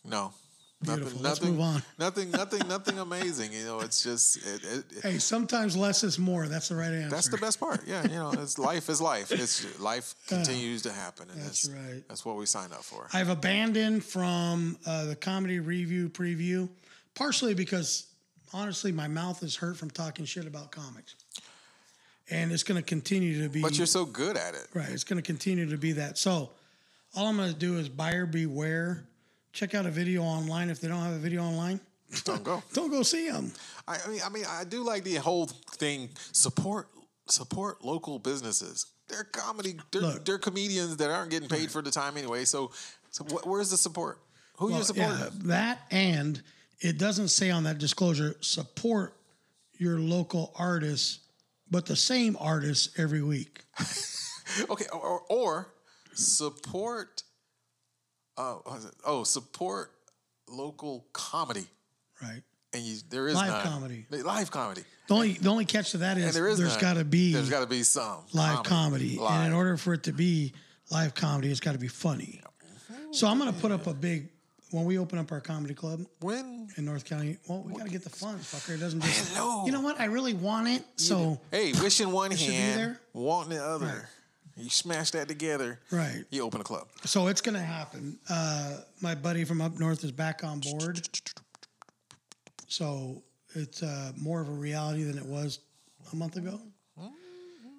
S3: no,
S4: Beautiful.
S3: Nothing,
S4: Let's
S3: nothing,
S4: move on.
S3: nothing, nothing, nothing amazing. You know, it's just it, it, it-
S4: Hey, sometimes less is more. That's the right answer.
S3: that's the best part. Yeah, you know, it's life is life. It's life continues to happen, and
S4: that's
S3: that's,
S4: right.
S3: That's what we signed up for.
S4: I've abandoned from uh, the comedy review preview, partially because honestly, my mouth is hurt from talking shit about comics, and it's going to continue to be.
S3: But you're so good at it.
S4: Right. It's going to continue to be that. So, all I'm going to do is buyer beware. Check out a video online. If they don't have a video online,
S3: Don't go.
S4: don't go see them.
S3: I, I mean, I mean, I do like the whole thing. Support, support local businesses. They're comedy. They're,
S4: Look.
S3: they're comedians that aren't getting paid for the time anyway. So, so wh- where's the support? Who you're supporting?
S4: Yeah, that and it doesn't say on that disclosure support your local artists, but the same artists every week.
S3: Okay, or, or, or support. Uh, what is it? oh, support local comedy.
S4: Right.
S3: And you, there is
S4: Live
S3: none.
S4: comedy.
S3: Li- Live comedy.
S4: The only the only catch to that
S3: And
S4: is,
S3: there is.
S4: there's
S3: none.
S4: got to be
S3: There's got to be some
S4: live comedy. And
S3: Live.
S4: in order for it to be live comedy, it's got to be funny. So I'm going to put up a big when we open up our comedy club.
S3: when
S4: in North County. Well, we got to get the funds, fucker. It doesn't just.
S3: Hello.
S4: You know what? I really want it. So
S3: hey, wishing one
S4: should be
S3: hand,
S4: there.
S3: wanting the other. You smash that together.
S4: right.
S3: You open a club.
S4: So it's gonna happen. Uh, my buddy from up north is back on board. So it's uh, more of a reality than it was a month ago.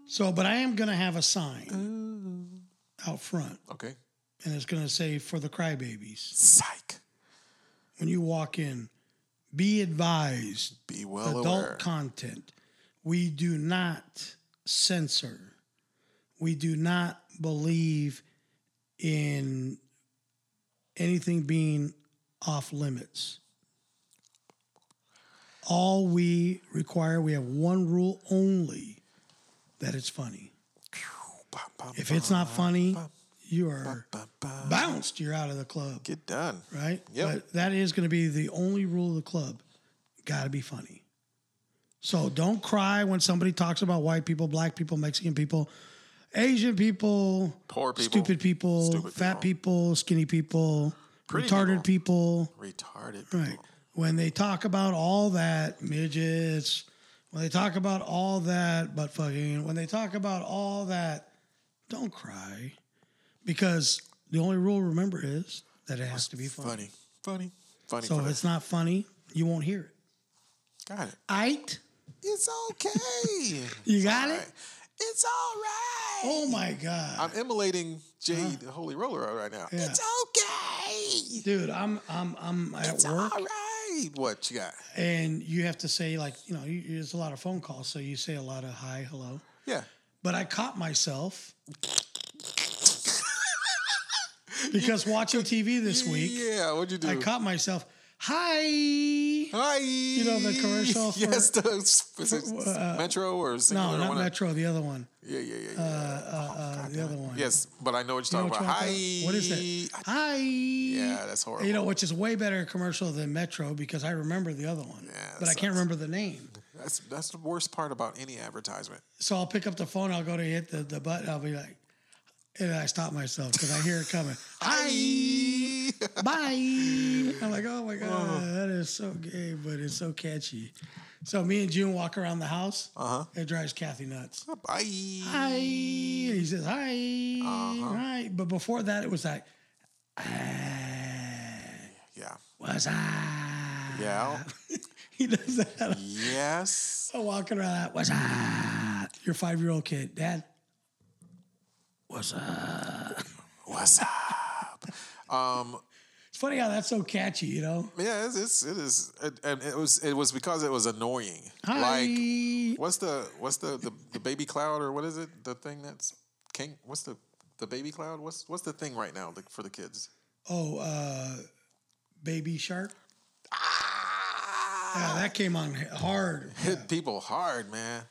S4: So, but I am gonna have a sign out front,
S3: Okay.
S4: and it's gonna say for the crybabies
S3: Psych.
S4: when you walk in. Be advised
S3: Be well
S4: adult
S3: aware.
S4: content. We do not censor. We do not believe in anything being off limits. All we require, we have one rule only that it's funny.
S3: Bum, bum,
S4: If it's not funny, you are
S3: bum, bum.
S4: bounced, you're out of the club,
S3: Get done.
S4: right?
S3: Yep.
S4: But that is going to be the only rule of the club. Got to be funny. So don't cry when somebody talks about white people, black people, Mexican people, Asian people,
S3: Poor people.
S4: stupid people,
S3: Stupid
S4: fat people, skinny people,
S3: Pretty
S4: retarded people.
S3: Retarded.
S4: Right. When they talk about all that, midgets, when they talk about all that butt fucking, when they talk about all that, don't cry. Because the only rule, remember, is that it has to be funny.
S3: Funny. Funny. Funny.
S4: So if
S3: funny.
S4: it's not funny, you won't hear it.
S3: Got it.
S4: Ait?
S3: It's okay.
S4: You got
S3: All
S4: it?
S3: right. It's all right.
S4: Oh my God.
S3: I'm emulating Jade the Holy Roller right now.
S4: Yeah.
S3: It's okay.
S4: Dude, I'm I'm I'm at
S3: It's
S4: work
S3: all right. What you got?
S4: and you have to say like, you know, you, there's a lot of phone calls, so you say a lot of hi, hello.
S3: Yeah.
S4: But I caught myself because watching TV this week,
S3: Yeah. What'd you do?
S4: I caught myself. Hi, no,
S3: Hi.
S4: You know the commercial for- uh,
S3: yes, the was it Metro or Singular?
S4: not
S3: one of- Oh,
S4: Metro, the other one,
S3: Yeah, yeah, yeah, yeah.
S4: uh, the other one.
S3: yes, but I know what
S4: You
S3: you're
S4: know
S3: talking
S4: which one
S3: about.
S4: I'm
S3: Hi.
S4: talking about? What is it? Hi. Yeah,
S3: that's horrible.
S4: You know, which is way better commercial than Metro because I remember the other one,
S3: Yeah, that
S4: but I can't
S3: sucks.
S4: remember the name.
S3: That's that's the worst part about any advertisement.
S4: So I'll pick up the phone, I'll go to hit the, the button, I'll be like, and I stop myself because I hear it coming. Hi. bye. I'm like, oh my god, that is so gay, but it's so catchy. So me and June walk around the house. Uh huh.
S3: Uh-huh.
S4: It drives Kathy nuts.
S3: Oh. Bye.
S4: Hi. He says hi.
S3: Uh-huh.
S4: Hi. But before that, it was like,
S3: Yeah.
S4: what's up?
S3: Yeah.
S4: He does that.
S3: yes.
S4: I'm walking around. Like, what's up? Your five year old kid, Dad. What's up?
S3: What's up? Um.
S4: It's funny how that's so catchy, you know.
S3: Yeah. It's, it's it is. It, and it was it was because it was annoying.
S4: Hi.
S3: Like what's the what's the, the the baby cloud or what is it? The thing that's king. What's the the baby cloud? What's what's the thing right now the, for the kids?
S4: oh, uh, baby shark. Yeah, that came on hard.
S3: hit people hard, man.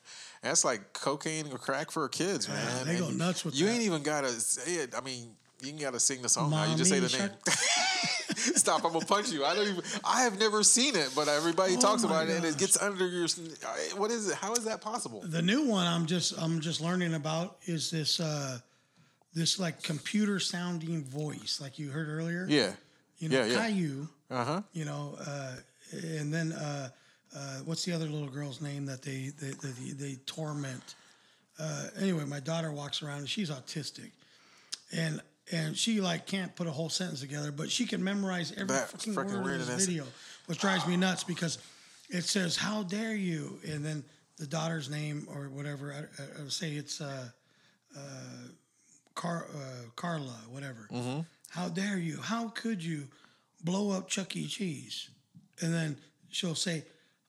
S3: That's like cocaine or crack for kids, man.
S4: they
S3: And
S4: go nuts with
S3: You
S4: that.
S3: ain't even gotta say it. I mean, you ain't gotta sing the song now. You just say
S4: Mommy
S3: the name. Stop! I'm gonna punch you. I don't even. I have never seen it, but everybody talks
S4: Oh my
S3: about it, and it
S4: gosh.
S3: gets under your. What is it? How is that possible?
S4: The new one I'm just I'm just learning about is this uh this like computer sounding voice like you heard earlier.
S3: Yeah,
S4: you know,
S3: Yeah, yeah.
S4: Caillou,
S3: Uh huh.
S4: you know, uh, and then uh, uh, what's the other little girl's name that they they, they, they torment? Uh, anyway, my daughter walks around and she's autistic, and and she like can't put a whole sentence together, but she can memorize every
S3: That
S4: fucking,
S3: fucking
S4: word in
S3: weird
S4: this
S3: is-
S4: video, which drives me nuts because it says "How dare you?" and then the daughter's name or whatever. I, I, I would say it's. Uh, Car, uh, Carla, whatever.
S3: Mm-hmm.
S4: How dare you? How could you blow up Chuck E. Cheese? And then she'll say,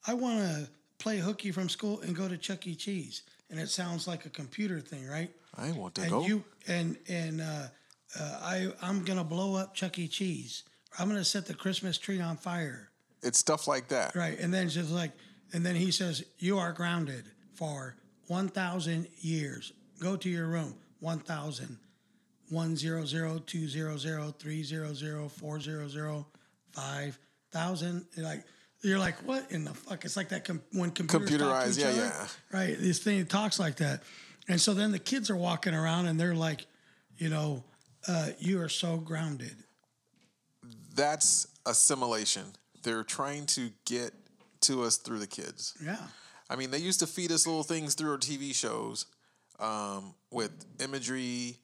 S4: I want to play hooky from school and go to Chuck E. Cheese. And it sounds like a computer thing, right?
S3: I ain't want to
S4: And
S3: go.
S4: you and and uh, uh, I I'm gonna blow up Chuck E. Cheese. I'm gonna set the Christmas tree on fire,
S3: it's stuff like that.
S4: right? And then she's like, and then he says, "You are grounded for one thousand years. Go to your room. One thousand one zero zero two zero zero three zero zero four zero zero five thousand. Like you're like what in the fuck? It's like that com- when computers talk to
S3: Computerized,
S4: each
S3: yeah,
S4: other,
S3: yeah.
S4: right? This thing talks like that, and so then the kids are walking around and they're like, you know, uh, you are so grounded.
S3: That's assimilation. They're trying to get to us through the kids.
S4: Yeah,
S3: I mean, they used to feed us little things through our TV shows um, with imagery.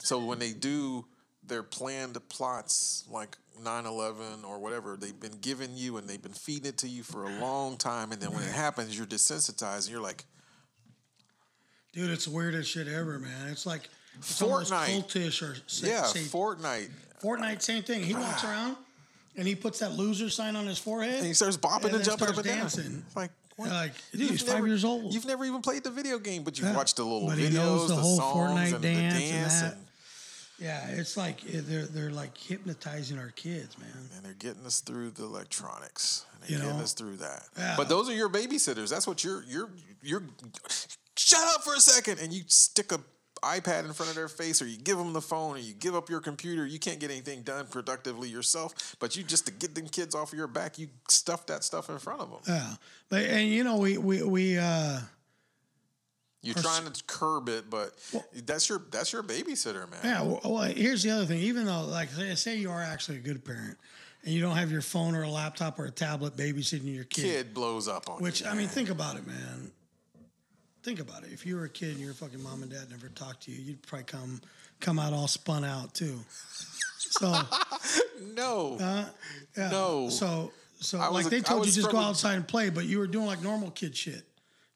S3: So when they do their planned plots, like 9 11 or whatever, they've been giving you and they've been feeding it to you for a long time. And then when it happens, you're desensitized and you're like,
S4: dude, it's the weirdest shit ever, man. It's like it's almost
S3: Fortnite.
S4: cultish or sa-
S3: yeah,
S4: sa-
S3: Fortnite.
S4: Fortnite, same thing. He walks around and he puts that loser sign on his forehead.
S3: And he starts bopping and,
S4: then
S3: jumping
S4: starts
S3: up and
S4: dancing.
S3: down. Like, what?
S4: Like, dude,
S3: You've
S4: he's five years old.
S3: You've never even played the video game, but you've
S4: Yeah.
S3: watched the little
S4: But
S3: videos,
S4: he knows the
S3: the,
S4: whole
S3: songs,
S4: Fortnite
S3: and
S4: dance
S3: the
S4: and
S3: dance,
S4: that.
S3: and-
S4: Yeah, it's like eh, they're they're like hypnotizing our kids, man.
S3: and they're getting us through the electronics. And they're
S4: You
S3: getting
S4: know?
S3: us through that.
S4: Yeah.
S3: But those are your babysitters. That's what you're you're you're shut up for a second and you stick a iPad in front of their face or you give them the phone or you give up your computer. You can't get anything done productively yourself, but you just to get them kids off of your back, you stuff that stuff in front of them.
S4: Yeah, but and you know we we we uh
S3: You're trying to curb it, but that's your that's your babysitter, man.
S4: yeah. Well, well, here's the other thing. Even though like say- say you are actually a good parent and you don't have your phone or a laptop or a tablet babysitting your kid,
S3: Kid blows up on
S4: which
S3: you.
S4: I mean,
S3: man.
S4: think about it, man. Think about it. If you were a kid and your fucking mom and dad never talked to you, you'd probably come come out all spun out too. So.
S3: no.
S4: Uh, Yeah.
S3: No.
S4: So so
S3: I was
S4: like
S3: a-
S4: they
S3: I
S4: told you
S3: was
S4: just go
S3: from a-
S4: outside and play, but you were doing like normal kid shit.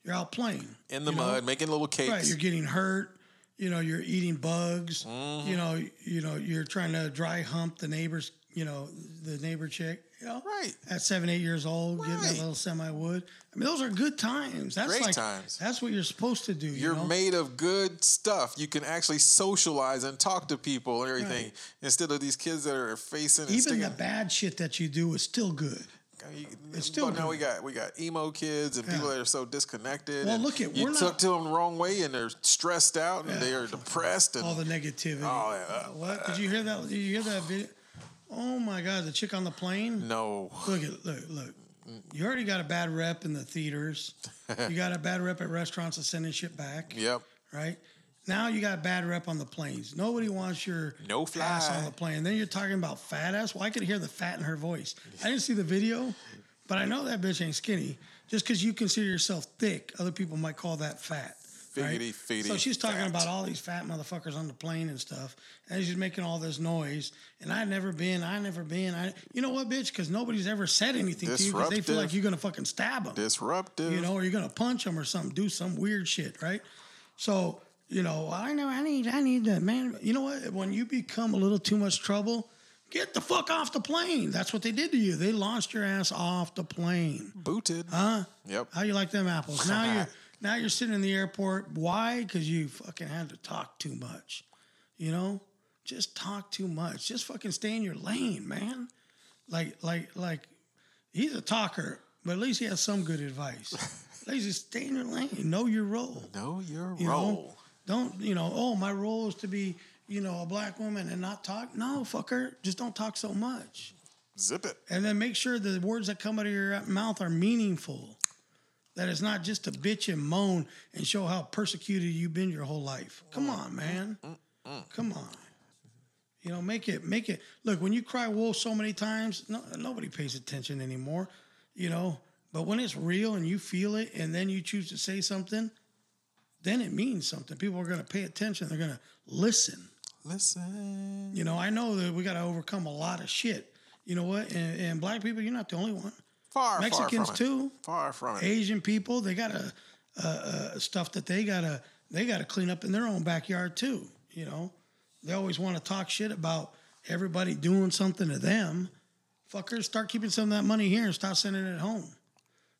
S4: You're out playing.
S3: in the
S4: you know?
S3: mud, making little cakes.
S4: Right. You're getting hurt. You know, you're eating bugs.
S3: Mm-hmm.
S4: You know, you know, you're trying to dry hump the neighbors, you know, the neighbor chick. You know,
S3: Right.
S4: At seven, eight years old, getting that
S3: Right.
S4: little semi wood. I mean, those are good times. That's
S3: Great
S4: like
S3: times.
S4: that's what you're supposed to do.
S3: You're
S4: you know?
S3: made of good stuff. You can actually socialize and talk to people and everything
S4: Right.
S3: instead of these kids that are facing and
S4: even
S3: sticking.
S4: the bad shit that you do is still good.
S3: I mean,
S4: it's still
S3: but now
S4: good.
S3: we got we got emo kids and people
S4: Yeah.
S3: that are so disconnected.
S4: Well,
S3: and
S4: look at-
S3: you
S4: we're
S3: took
S4: not-
S3: to them the wrong way and they're stressed out and they are depressed and
S4: all the negativity.
S3: Oh, yeah.
S4: Uh, what did you hear that? Did you hear that video? Oh my God, the chick on the plane.
S3: no.
S4: Look at look look. You already got a bad rep in the theaters. you got a bad rep at restaurants and sending shit back.
S3: Yep.
S4: Right. Now you got a bad rep on the planes. Nobody wants your
S3: No
S4: ass
S3: fly.
S4: on the plane. Then you're talking about fat ass. Well, I could hear the fat in her voice. I didn't see the video, but I know that bitch ain't skinny. Just because you consider yourself thick, other people might call that fat. right?
S3: Figgity, figgity,
S4: So she's talking
S3: fat.
S4: about all these fat motherfuckers on the plane and stuff, and she's making all this noise. And I never been, I never been, I. You know what, bitch? Because nobody's ever said anything to you because they feel
S3: Disruptive.
S4: like you're gonna fucking stab them
S3: Disruptive.
S4: you know, or you're gonna punch them or something, do some weird shit, right? So, you know, I know I need I need that man. You know what? When you become a little too much trouble, get the fuck off the plane. That's what they did to you. They launched your ass off the plane.
S3: Booted.
S4: uh,
S3: Huh? Yep.
S4: How you like them apples? Now you're now you're sitting in the airport. Why? Because you fucking had to talk too much. You know, just talk too much. Just fucking stay in your lane, man. Like like like, he's a talker, but at least he has some good advice. at least just stay in your lane. Know your role.
S3: Know your
S4: You
S3: role.
S4: know, don't you know? Oh, my role is to be you know a black woman and not talk. No, fucker, just don't talk so much
S3: Zip it.
S4: and then make sure the words that come out of your mouth are meaningful. That it's not just to bitch and moan and show how persecuted you've been your whole life. Come on, man. Come on. You know, make it make it look. When you cry wolf so many times, no, nobody pays attention anymore. You know, but when it's real and you feel it, and then you choose to say something, then it means something. People are going to pay attention. They're going to listen.
S3: Listen.
S4: You know, I know that we got to overcome a lot of shit. You know what? And, and black people, you're not the only one.
S3: Far,
S4: Mexicans
S3: far from it.
S4: too.
S3: Far from it.
S4: Asian people, they got a, uh, uh, stuff that they gotta they gotta clean up in their own backyard too. You know, they always want to talk shit about everybody doing something to them. Fuckers, start keeping some of that money here and stop sending it home.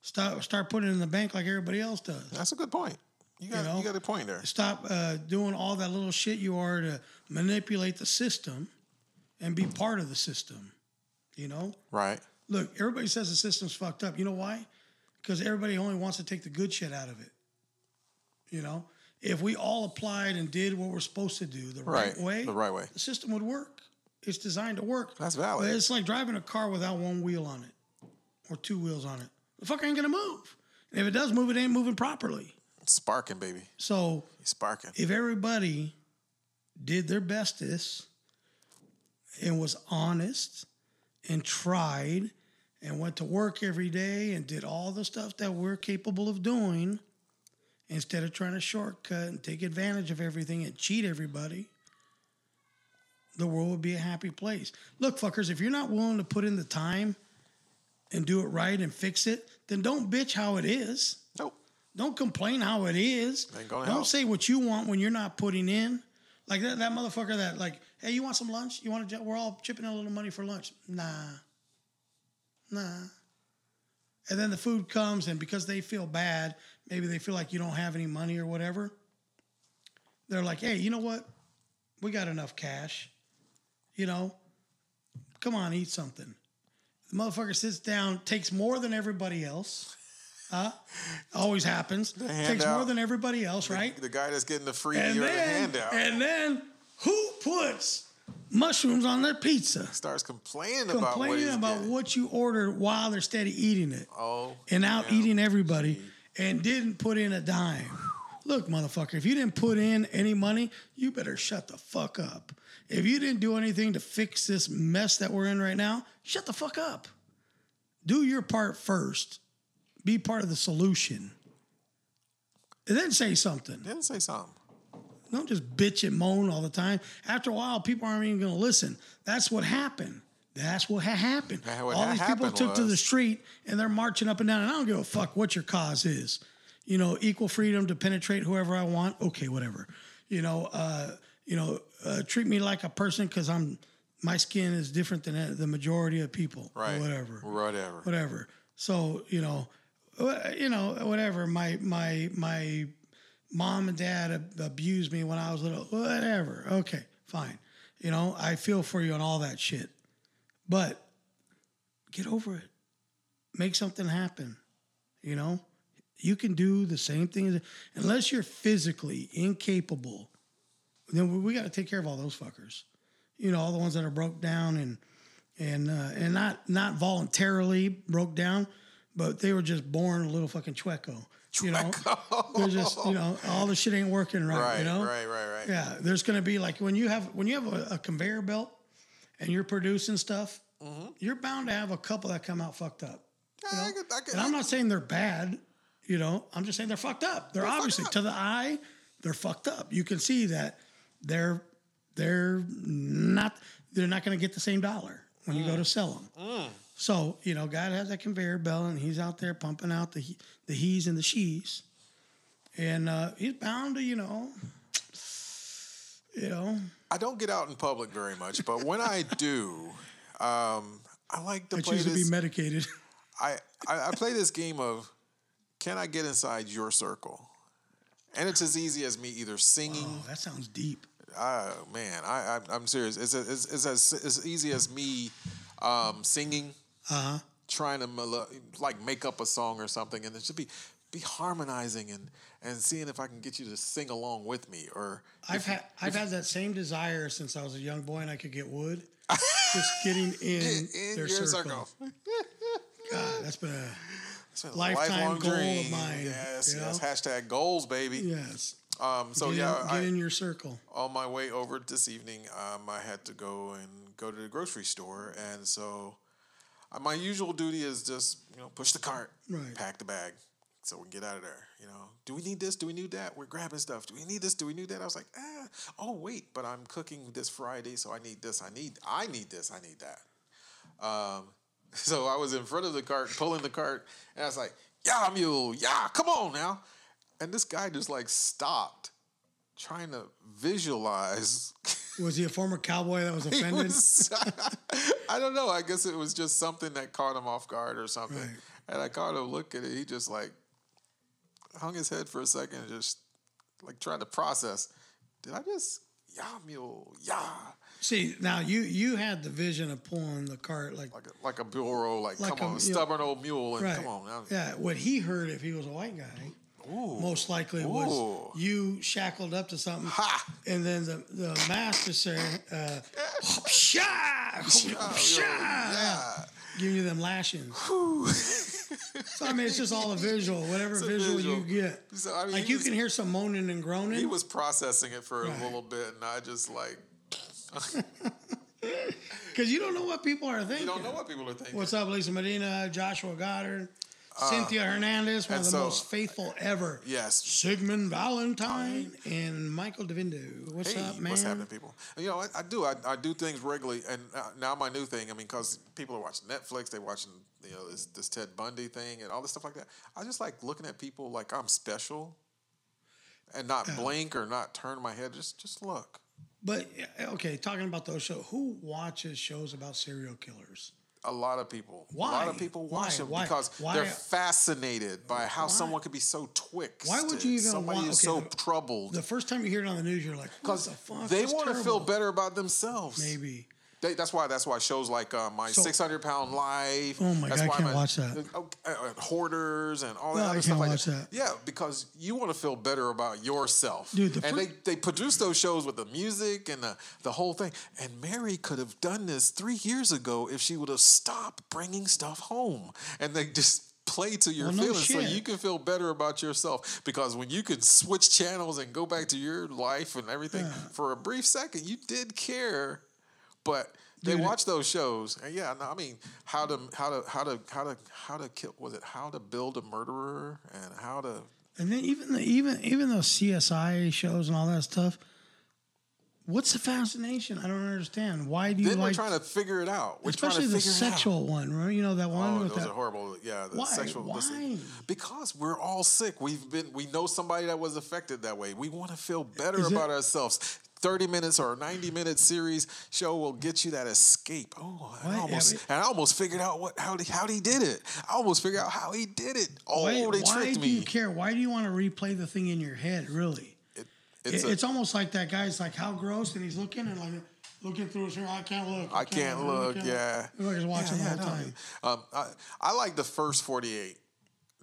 S4: Stop start putting it in the bank like everybody else does.
S3: That's a good point. You got, you,
S4: know?
S3: got a point there.
S4: Stop uh, doing all that little shit you are to manipulate the system and be part of the system. You know,
S3: Right.
S4: Look, everybody says the system's fucked up. You know why? Because everybody only wants to take the good shit out of it. You know, if we all applied and did what we're supposed to do the right,
S3: Right.
S4: way,
S3: The right way.
S4: the system would work. It's designed to work.
S3: That's
S4: But
S3: valid.
S4: it's like driving a car without one wheel on it or two wheels on it. The fuck ain't gonna move. And if it does move, it ain't moving properly.
S3: Sparking, baby.
S4: So
S3: Sparking.
S4: if everybody did their bestest and was honest and tried and went to work every day and did all the stuff that we're capable of doing instead of trying to shortcut and take advantage of everything and cheat everybody the world would be a happy place look fuckers if you're not willing to put in the time and do it right and fix it then don't bitch how it is
S3: Nope.
S4: don't complain how it is.
S3: Ain't
S4: Don't
S3: gonna help.
S4: say what you want when you're not putting in. Like that, that motherfucker that like, hey, you want some lunch? You want to? We're all chipping in a little money for lunch. Nah, nah. And then the food comes, and because they feel bad, maybe they feel like you don't have any money or whatever. They're like, hey, you know what? We got enough cash. You know, come on, eat something. The motherfucker sits down, takes more than everybody else. Huh? Always happens. Takes more
S3: handout.
S4: than everybody else, right?
S3: The guy that's getting the free
S4: and
S3: or the
S4: then,
S3: handout
S4: and then who puts mushrooms on their pizza?
S3: starts complaining, about what
S4: Complaining
S3: he's
S4: about
S3: getting.
S4: what you ordered while they're steady eating it
S3: Oh,
S4: and out
S3: yeah.
S4: eating everybody and didn't put in a dime. Look, motherfucker, if you didn't put in any money, you better shut the fuck up. If you didn't do anything to fix this mess that we're in right now, shut the fuck up. Do your part first. Be part of the solution. And then say something.
S3: Didn't say something.
S4: Don't just bitch and moan all the time. After a while, people aren't even going to listen. That's what happened. That's what ha- happened.
S3: Yeah, what
S4: all
S3: ha-
S4: these people
S3: happened
S4: took to
S3: was-
S4: the street and they're marching up and down. And I don't give a fuck what your cause is. You know, equal freedom to penetrate whoever I want. Okay, whatever. You know, uh, you know, uh, treat me like a person because I'm my skin is different than uh, the majority of people. or
S3: Right.
S4: whatever
S3: Whatever.
S4: whatever. So you know, wha- you know, whatever. My my my mom and dad ab- abused me when I was little. Whatever. Okay, fine. You know, I feel for you and all that shit, but get over it. Make something happen. You know, you can do the same thing as- unless you're physically incapable. Then we- we got to take care of all those fuckers. You know, all the ones that are broke down and and uh, and not not voluntarily broke down, but they were just born a little fucking chueco. You know, they're just you know all the shit ain't working right.
S3: Right,
S4: you know,
S3: right, right, right.
S4: yeah. There's gonna be like when you have when you have a, a conveyor belt and you're producing stuff,
S3: Mm-hmm.
S4: you're bound to have a couple that come out fucked up.
S3: Yeah, I could, I could,
S4: And I'm not saying they're bad, you know. I'm just saying they're fucked up. They're, obviously to the eye, they're fucked up. You can see that they're they're not they're not going to get the same dollar when you go to sell them. So you know, God has that conveyor belt, and He's out there pumping out the he- the he's and the she's, and uh, He's bound to you know, you know,
S3: I don't get out in public very much, but when I do, um, I like to
S4: I
S3: play
S4: choose to be
S3: this.
S4: medicated.
S3: I, I, I play this game of can I get inside your circle? And it's as easy as me either singing
S4: oh, that sounds deep.
S3: Oh man, I, I I'm serious. It's it's, it's as as easy as me um, singing,
S4: Uh huh.
S3: trying to melo- like make up a song or something, and it should be be harmonizing and and seeing if I can get you to sing along with me or
S4: I've had I've had that same desire since I was a young boy and I could get wood. Just getting in,
S3: in,
S4: their
S3: your
S4: circle.
S3: circle.
S4: God, that's been a
S3: It's been a
S4: Lifetime
S3: lifelong
S4: goal of
S3: dream.
S4: mine,
S3: Yes,
S4: you
S3: yes.
S4: know?
S3: Hashtag goals, baby.
S4: yes.
S3: Um, so
S4: get
S3: yeah,
S4: in,
S3: I,
S4: get in your circle.
S3: on my way over this evening, um, I had to go and go to the grocery store, and so uh, my usual duty is just you know push the cart,
S4: Right.
S3: pack the bag, so we can get out of there. You know, do we need this? Do we need that? We're grabbing stuff. Do we need this? Do we need that? I was like, ah, oh wait, but I'm cooking this Friday, so I need this. I need I need this. I need that. Um, so I was in front of the cart, pulling the cart, and I was like, "Yeah, mule, yeah, come on now!" And this guy just like stopped, trying to visualize.
S4: Was he a former cowboy that was
S3: It
S4: offended?
S3: was- I don't know. I guess it was just something that caught him off guard or something.
S4: Right.
S3: And I caught him look at it. He just like hung his head for a second, and just like trying to process. Did I just yeah, mule, yeah,
S4: See, now you you had the vision of pulling the cart like
S3: like a, like a bureau, like,
S4: Like
S3: come
S4: a-
S3: on,
S4: you know,
S3: stubborn old mule, and
S4: right.
S3: come on, now.
S4: Yeah, what he heard if he was a white guy, most likely was
S3: Ooh.
S4: you shackled up to something,
S3: Ha!
S4: and then the the master said, uh, "Psha, psha,"
S3: Yeah.
S4: giving you them lashings. so I mean, it's just all a visual, whatever
S3: a
S4: visual,
S3: visual.
S4: you get.
S3: So, I mean,
S4: like
S3: he
S4: you
S3: was-
S4: can hear some moaning and groaning.
S3: He was processing it for
S4: Right.
S3: a little bit, and I just like
S4: Because you don't know what people are
S3: you
S4: thinking.
S3: don't know what people are thinking.
S4: What's up, Lisa Medina, Joshua Goddard, Cynthia Hernandez,
S3: Uh,
S4: one of
S3: and
S4: the
S3: so-
S4: most faithful ever.
S3: yes.
S4: Sigmund Valentine and Michael Devindo. What's
S3: Hey,
S4: up, man?
S3: what's happening, people? And, You know, I, I do. I, I do things regularly, and uh, now my new thing. I mean, because people are watching Netflix, they watching you know this, this Ted Bundy thing and all this stuff like that. I just like looking at people like I'm special, and not
S4: Uh.
S3: blink or not turn my head. Just just look.
S4: But yeah, okay, talking about those shows, who watches shows about serial killers?
S3: A lot of people. A
S4: Why?
S3: lot of people watch
S4: Why?
S3: them
S4: Why?
S3: because
S4: Why?
S3: they're fascinated by how someone could be so twixt.
S4: Why would you even
S3: Somebody
S4: want-
S3: is
S4: okay,
S3: so
S4: the-
S3: troubled.
S4: The first time you hear it on the news, you're like, "What
S3: because
S4: the fuck?"
S3: they
S4: That's
S3: want to feel
S4: terrible."
S3: better about themselves.
S4: Maybe
S3: They, that's why. That's why shows like uh, my
S4: So-
S3: six hundred pound life.
S4: Oh my
S3: that's
S4: God, I
S3: why
S4: can't
S3: my-
S4: watch that.
S3: uh, uh, hoarders and all that
S4: No, I
S3: other
S4: can't
S3: stuff like
S4: watch
S3: that. Yeah, because you want to feel better about yourself.
S4: Dude, the
S3: and
S4: fir-
S3: they they produce those shows with the music and the the whole thing. And Mary could have done this three years ago if she would have stopped bringing stuff home. And they just. Play to your
S4: Well, no
S3: feelings so
S4: shit.
S3: you can feel better about yourself because when you can switch channels and go back to your life and everything for a brief second, you did care but they watch those shows, and yeah, no, I mean, how to how to how to how to how to kill was it how to build a murderer and how to
S4: and then even the, even even those CSI shows and all that stuff. What's the fascination? I don't understand. Why do you
S3: then we're
S4: like,
S3: trying to figure it out. We're trying to
S4: especially
S3: figure
S4: the
S3: it out.
S4: sexual one? Remember, you know that one
S3: Oh,
S4: with
S3: those
S4: that.
S3: are horrible. Yeah, the
S4: Why?
S3: sexual. this-
S4: Why?
S3: because we're all sick. We've been. We know somebody that was affected that way. We want to feel better
S4: Is it-
S3: about ourselves. Thirty minutes or a ninety-minute series show will get you that escape. Oh, I
S4: Why- I
S3: almost
S4: mean-
S3: and I almost figured out what how he, how he did it. I almost figured out how he did it. Oh,
S4: Why,
S3: they
S4: why
S3: tricked
S4: do
S3: me.
S4: you care? Why do you want to replay the thing in your head? Really,
S3: It-
S4: it's,
S3: it's,
S4: it,
S3: a,
S4: it's almost like that guy's like, "How gross!" and he's looking and like looking through his hair. I can't look.
S3: I can't look. Yeah,
S4: look. Everybody's watching
S3: Yeah,
S4: the
S3: yeah,
S4: whole
S3: no.
S4: time.
S3: Um, I, I like the first forty-eight.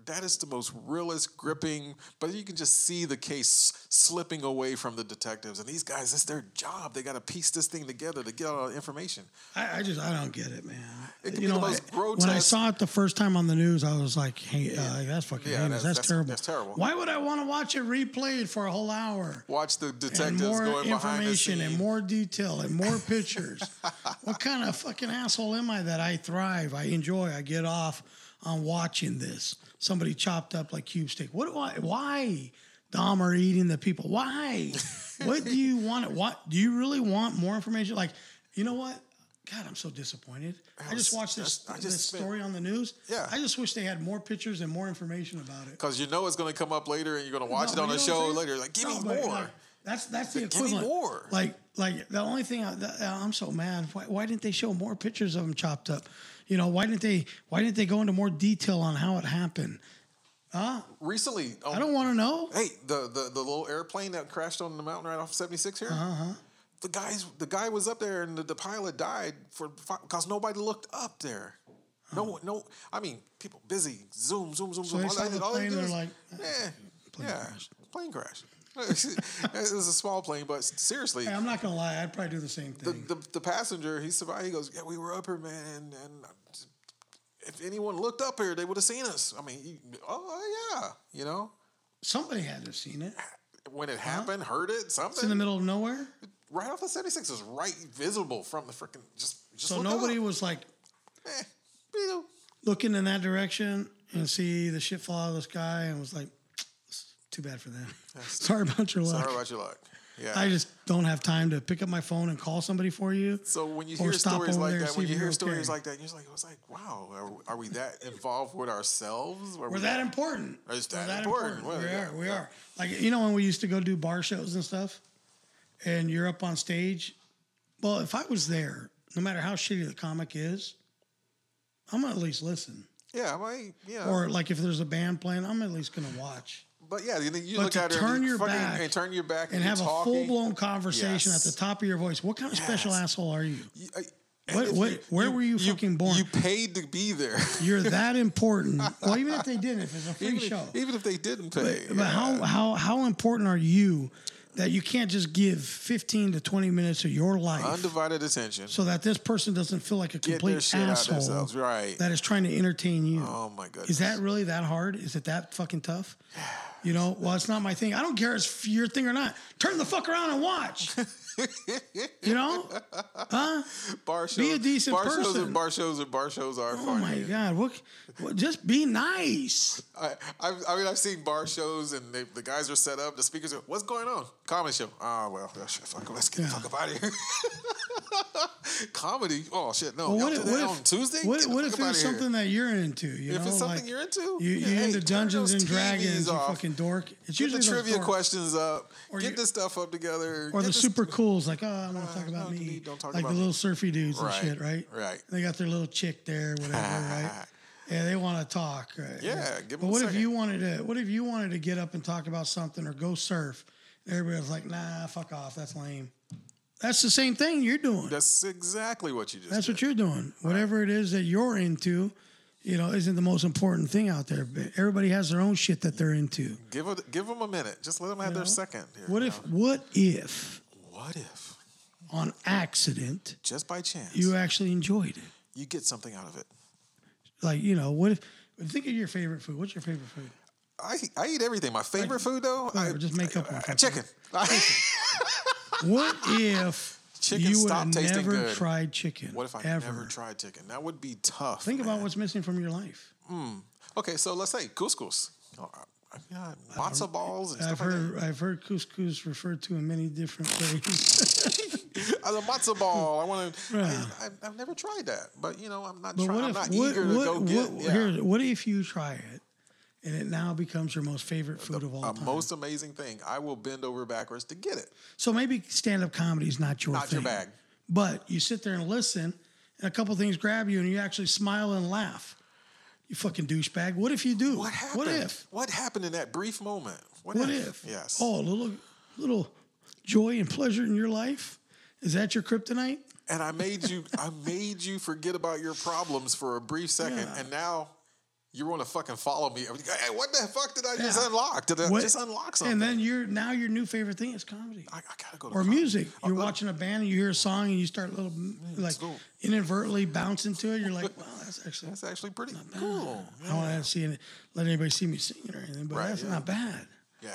S3: That is the most realist, gripping. But you can just see the case slipping away from the detectives, and these guys. It's their job. They got to piece this thing together to get all the information.
S4: I, I just I don't get it, man.
S3: It
S4: It
S3: can
S4: you
S3: be the
S4: know,
S3: most
S4: I- when I
S3: grotesque-
S4: saw it the first time on the news, I was like, "Hey, uh, that's fucking
S3: Yeah,
S4: heinous.
S3: that's-
S4: That's,
S3: that's-
S4: terrible.
S3: that's terrible.
S4: Why would I want to watch it replayed for a whole hour?"
S3: Watch the
S4: And
S3: detectives
S4: more
S3: going behind the
S4: information
S3: scene.
S4: and more detail and more pictures. what kind of fucking asshole am I that I thrive, I enjoy, I get off on watching this? Somebody chopped up like cube steak. What do I why Dahmer eating the people? Why? what do you want? What do you really want more information? Like, you know what? God, I'm so disappointed. I just
S3: was-
S4: watched this,
S3: I just
S4: this
S3: spent-
S4: story on the news.
S3: Yeah.
S4: I just wish they had more pictures and more information about it.
S3: Because you know it's going to come up later, and you're going to watch
S4: No,
S3: it on
S4: but
S3: a
S4: you know what
S3: show
S4: I'm saying?
S3: later. Like, give me
S4: No, but,
S3: more.
S4: like, that's that's the
S3: Give me
S4: equivalent.
S3: more.
S4: Like like the only thing I, that, I'm so mad. Why, why didn't they show more pictures of them chopped up? You know why didn't they why didn't they go into more detail on how it happened?
S3: Recently, on
S4: I don't want to know.
S3: Hey, the, the the little airplane that crashed on the mountain right off 76 here. Uh-huh. The guys, the guy was up there, and the, the pilot died for because nobody looked up there. No, no. I mean, people busy. Zoom, zoom, zoom, zoom.
S4: they saw
S3: they-
S4: the
S3: they
S4: plane,
S3: do
S4: they're
S3: is-
S4: like,
S3: yeah,
S4: plane
S3: yeah,
S4: crashed."
S3: plane crash. it was a small plane, but seriously,
S4: Hey, I'm not gonna lie. I'd probably do the same
S3: the,
S4: thing.
S3: the, the passenger he survived. He goes, yeah, we were up here, man, and, and if anyone looked up here, they would have seen us. I mean, you- oh yeah, you know.
S4: Somebody had to have seen it.
S3: when it happened, heard it, something.
S4: Uh-huh. It's in the middle of nowhere.
S3: Right off the 76 was right visible from the freaking just just
S4: So
S3: look
S4: nobody
S3: up.
S4: was like
S3: Eh, you know,
S4: looking in that direction and see the shit fall out of the sky and was like, "It's too bad for them. Sorry about your luck.
S3: Sorry about your luck. Yeah.
S4: I just don't have time to pick up my phone and call somebody for you.
S3: so when you
S4: or
S3: hear
S4: stop
S3: stories
S4: over
S3: like
S4: there and
S3: that,
S4: see
S3: when
S4: if
S3: you
S4: you're
S3: hear stories
S4: okay.
S3: like that, you're just like, I was like, wow, are, are we that involved with ourselves? Are
S4: We're that important.
S3: It's
S4: We're
S3: that important. Well,
S4: We
S3: yeah,
S4: are. We
S3: yeah.
S4: are. Like you know when we used to go do bar shows and stuff, and you're up on stage. Well, if I was there, no matter how shitty the comic is, I'm gonna at least listen.
S3: Yeah, I, yeah.
S4: Or like if there's a band playing, I'm at least gonna watch
S3: but yeah, Uh, you, you
S4: But
S3: look
S4: to
S3: out there
S4: turn
S3: and, you
S4: your
S3: fucking,
S4: back
S3: and turn your back
S4: and have
S3: you're
S4: a
S3: talking.
S4: full blown conversation
S3: Yes.
S4: at the top of your voice. What kind of special
S3: Yes.
S4: asshole are you?
S3: You- I- and
S4: What,
S3: if
S4: what,
S3: you-
S4: where were you, fucking born?
S3: You paid to be there,
S4: You, are that important. well, even if they didn't, if it's a free
S3: even,
S4: show,
S3: even if they didn't pay.
S4: But how how how important are you that you can't just give fifteen to twenty minutes of your life
S3: undivided attention?
S4: so that this person doesn't feel like a
S3: Get their
S4: complete
S3: shit out of
S4: asshole
S3: themselves, right?
S4: that is trying to entertain you?
S3: oh my goodness,
S4: Is that really that hard? Is it that fucking tough? You know, well, it's not my thing. I don't care if it's your thing or not. Turn the fuck around and watch. you know? Huh?
S3: bar shows?
S4: a decent
S3: bar shows
S4: person.
S3: and bar shows and bar shows are
S4: Oh
S3: funny.
S4: my God. What, what, just be nice.
S3: I, I've, I mean, I've seen bar shows and they, the guys are set up. The speakers are, "What's going on?" Comedy show. Oh well, oh, shit, fuck, let's get the
S4: Yeah.
S3: fuck up out of here. Comedy. Oh shit, no.
S4: Well,
S3: Y'all
S4: what
S3: do
S4: if,
S3: that
S4: what if,
S3: on Tuesday?
S4: What,
S3: Get the
S4: what
S3: fuck
S4: if
S3: up outta
S4: it's
S3: here.
S4: something that you're into? You
S3: If
S4: know,
S3: it's something
S4: like,
S3: you're into,
S4: you,
S3: yeah,
S4: you
S3: hey,
S4: into
S3: turn
S4: Dungeons
S3: those
S4: and Dragons,
S3: TVs
S4: you
S3: off.
S4: fucking dork. It's
S3: Get the
S4: usually those
S3: trivia
S4: dorks.
S3: questions up.
S4: Or
S3: get
S4: you-
S3: the stuff up together.
S4: Or
S3: get
S4: the
S3: this-
S4: super cools, like, oh, I want to talk about
S3: no,
S4: me.
S3: don't talk
S4: like
S3: about
S4: the
S3: me.
S4: little surfy dudes
S3: Right,
S4: and shit, right?
S3: right.
S4: They got their little chick there, whatever, right? Yeah, they want to talk, right?
S3: Yeah, give 'em
S4: But
S3: a
S4: what if
S3: second.
S4: you wanted to? What if you wanted to get up and talk about something or go surf? Everybody's like, nah, fuck off, that's lame. That's the same thing you're doing.
S3: That's exactly what you just.
S4: That's
S3: did.
S4: what you're doing. Whatever it is that you're into, you know, isn't the most important thing out there. But everybody has their own shit that they're into.
S3: Give it, give them a minute. Just let them have their
S4: know?
S3: second. Here,
S4: What
S3: you
S4: if
S3: know?
S4: what if
S3: What if?
S4: on accident
S3: Just by chance,
S4: you
S3: you,
S4: actually enjoyed it?
S3: get something out of it.
S4: Like, you know, what if think of your favorite food. What's your favorite food?
S3: I, I eat everything. My favorite food though, I,
S4: Whatever, just make up one.
S3: I- chicken.
S4: What if
S3: Chicken
S4: you would
S3: stopped
S4: have
S3: tasting
S4: never
S3: good.
S4: tried chicken?
S3: what if I
S4: ever?
S3: never tried chicken? That would be tough.
S4: Think about
S3: man.
S4: what's missing from your life.
S3: Okay, so let's say couscous. Oh, I- I- yeah, matzo balls and
S4: I've
S3: stuff like
S4: heard I've heard couscous referred to in many different ways.
S3: that. As a matzo ball, I want to.
S4: Yeah.
S3: I, I, have never tried that, but you know, I'm not.
S4: But
S3: trying,
S4: what
S3: I'm
S4: if
S3: not
S4: what
S3: eager to
S4: what,
S3: go
S4: what,
S3: get. yeah,
S4: here's- what if you try it and it now becomes your most favorite food of all
S3: a
S4: time?
S3: uh, most amazing thing. I will bend over backwards to get it.
S4: so maybe stand up comedy is not your
S3: Not your
S4: thing,
S3: bag.
S4: But you sit there and listen, and a couple things grab you, and you actually smile and laugh. You fucking douchebag! What if you do?
S3: What happened?
S4: What if?
S3: What happened in that brief moment?
S4: What if?
S3: Yes.
S4: Oh, a little little joy and pleasure in your life. Is that your kryptonite?
S3: and I made you I made you forget about your problems for a brief second,
S4: Yeah.
S3: and now you want to fucking follow me. I'm like, Hey, what the fuck did I just
S4: Yeah.
S3: unlock? Did I
S4: What-
S3: just unlock something?
S4: And then your now your new favorite thing is comedy.
S3: I, I gotta go to
S4: or
S3: comedy.
S4: music.
S3: Oh, Mm,
S4: You're
S3: look,
S4: watching a band and you hear a song and you start little like
S3: cool.
S4: inadvertently bouncing to it. You're like, wow, that's actually
S3: That's actually pretty cool.
S4: I don't want to see any, let anybody see me singing or anything, but
S3: Right,
S4: that's
S3: yeah.
S4: not bad.
S3: Yeah.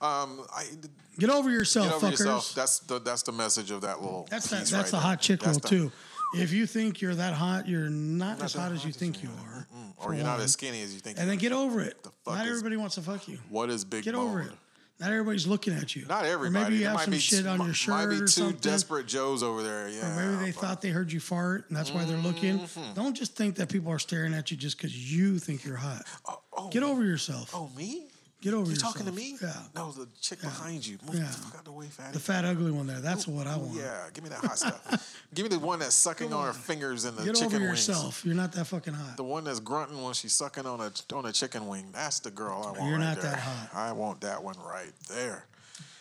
S3: Um, I get
S4: Get over yourself,
S3: over
S4: fuckers.
S3: yourself. That's the that's the message of that little.
S4: that's that,
S3: piece
S4: that's
S3: right
S4: the
S3: there.
S4: hot chick
S3: That's
S4: rule
S3: the-
S4: too. If you think you're that hot, you're not, as
S3: that
S4: hot as
S3: hot
S4: you
S3: as
S4: think you
S3: you
S4: are.
S3: Or
S4: for
S3: you're not
S4: one.
S3: as skinny as you think.
S4: And
S3: you
S4: then
S3: are.
S4: get over it.
S3: fuck
S4: Not
S3: is-
S4: everybody wants to fuck you.
S3: what is big?
S4: Get over
S3: boned?
S4: it. Not everybody's looking at you.
S3: Not everybody.
S4: Or maybe you
S3: There
S4: have
S3: might
S4: some
S3: be,
S4: shit on
S3: mi-
S4: your shirt
S3: Might be
S4: or
S3: two
S4: something.
S3: desperate Joes over there. Yeah.
S4: Or maybe they
S3: but-
S4: thought they heard you fart, and that's why they're looking.
S3: Mm-hmm.
S4: Don't just think that people are staring at you just because you think you're hot.
S3: Oh, oh,
S4: Get over yourself.
S3: Oh me?
S4: Get over
S3: You
S4: yourself.
S3: talking to me?
S4: Yeah.
S3: No, the chick behind you. Move
S4: Yeah.
S3: the fuck out the way, fatty.
S4: The fat, ugly one there. That's what I
S3: Ooh,
S4: want.
S3: yeah, give me that hot stuff. give me the one that's sucking on her fingers and the
S4: Get
S3: chicken
S4: over
S3: wings.
S4: yourself. You're not that fucking hot.
S3: The one that's grunting when she's sucking on a on a chicken wing. That's the girl I want.
S4: You're
S3: right
S4: not
S3: there.
S4: that hot.
S3: I want that one right there.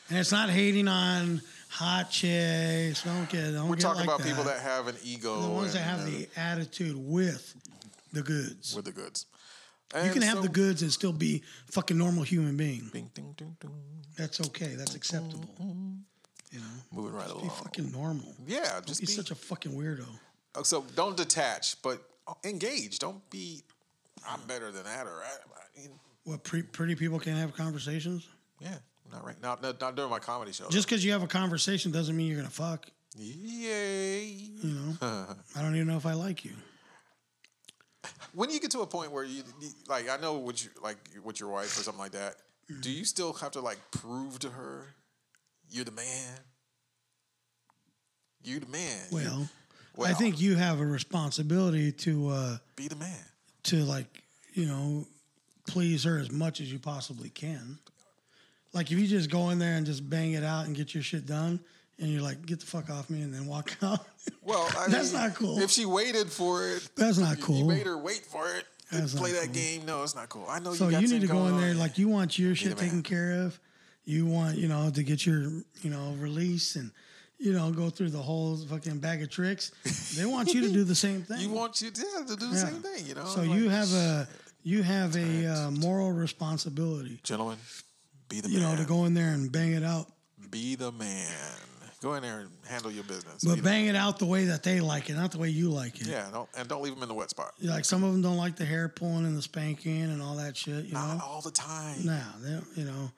S4: and it's not hating on hot chicks. Don't get. Don't
S3: We're
S4: get
S3: talking
S4: like
S3: about people that have an ego.
S4: the ones that
S3: and,
S4: have
S3: uh,
S4: the attitude with the goods.
S3: with the goods.
S4: you can have the goods and still be a fucking normal human being.
S3: Ding, ding, ding, ding.
S4: That's okay. That's acceptable. You know,
S3: Moving right
S4: be
S3: along.
S4: fucking normal.
S3: Yeah, just
S4: Be
S3: be,
S4: such a fucking weirdo.
S3: Oh, So don't detach, but engage. Don't be. I'm better than that, or I, I mean,
S4: What pre- pretty people can't have conversations?
S3: yeah. Not right now. Not, not during my comedy show.
S4: Just because you have a conversation doesn't mean you're gonna fuck.
S3: Yay.
S4: You know, I don't even know if I like you.
S3: When you get to a point where you you- like, I know what you like with your wife or something like that. Do you still have to like prove to her you're the man? You the man. You
S4: Well, I
S3: Well.
S4: think you have a responsibility to uh,
S3: be the man.
S4: to like you know please her as much as you possibly can. Like if you just go in there and just bang it out and get your shit done, and you're like, get the fuck off me, and then walk out.
S3: Well, I
S4: That's
S3: mean,
S4: not cool.
S3: If she waited for it,
S4: That's not
S3: you-
S4: cool.
S3: You made her wait for it. to
S4: That's not
S3: play that
S4: cool.
S3: game. No, it's not cool. I know.
S4: So
S3: you,
S4: you,
S3: got
S4: need to
S3: something
S4: go in
S3: going
S4: there
S3: on.
S4: like you want your shit
S3: man.
S4: taken care of. You want you know to get your you know release and you know go through the whole fucking bag of tricks. They want you to do the same thing.
S3: you want you yeah, to do the same thing. You know.
S4: So
S3: Like,
S4: you have a you have a uh, moral responsibility.
S3: gentlemen, be the
S4: You
S3: man.
S4: know to go in there and bang it out,
S3: Be the man. Go in there and handle your business. Be
S4: but
S3: the-
S4: bang it out the way that they like it, not the way you like it.
S3: yeah, don't, and don't leave them in the wet spot.
S4: Like some of them don't like the hair pulling and the spanking and all that shit. You know.
S3: Not all the time.
S4: Now, you know,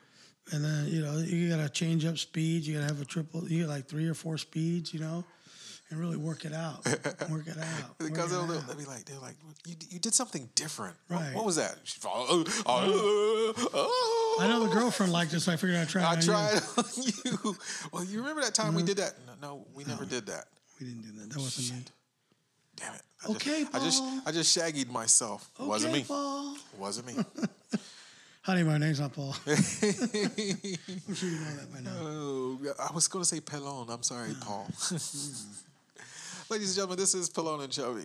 S4: and then you know you gotta change up speeds. You gotta have a triple. You got like three or four speeds, you know, and really work it out. work it out.
S3: Because
S4: work
S3: they'll,
S4: it
S3: they'll
S4: out.
S3: be like, they're like, you, you did something different. What-
S4: Right.
S3: What, was that? She'd fall, oh, oh, oh.
S4: I know the girlfriend liked it, so I figured I'd try. it
S3: I
S4: on you.
S3: tried on you. Well, you remember that
S4: Mm-hmm.
S3: time we did that? No, no we never did that.
S4: We didn't do that. That wasn't me.
S3: Damn it. I just-
S4: Okay,
S3: I just,
S4: Paul.
S3: I just shaggied myself. Wasn't
S4: Okay,
S3: me.
S4: Paul.
S3: Wasn't me.
S4: Honey, my name's not Paul. I'm sure you know that by now.
S3: Oh, I was going to say Pelon. I'm sorry, Paul. Ladies and gentlemen, this is Pelon and Chubby.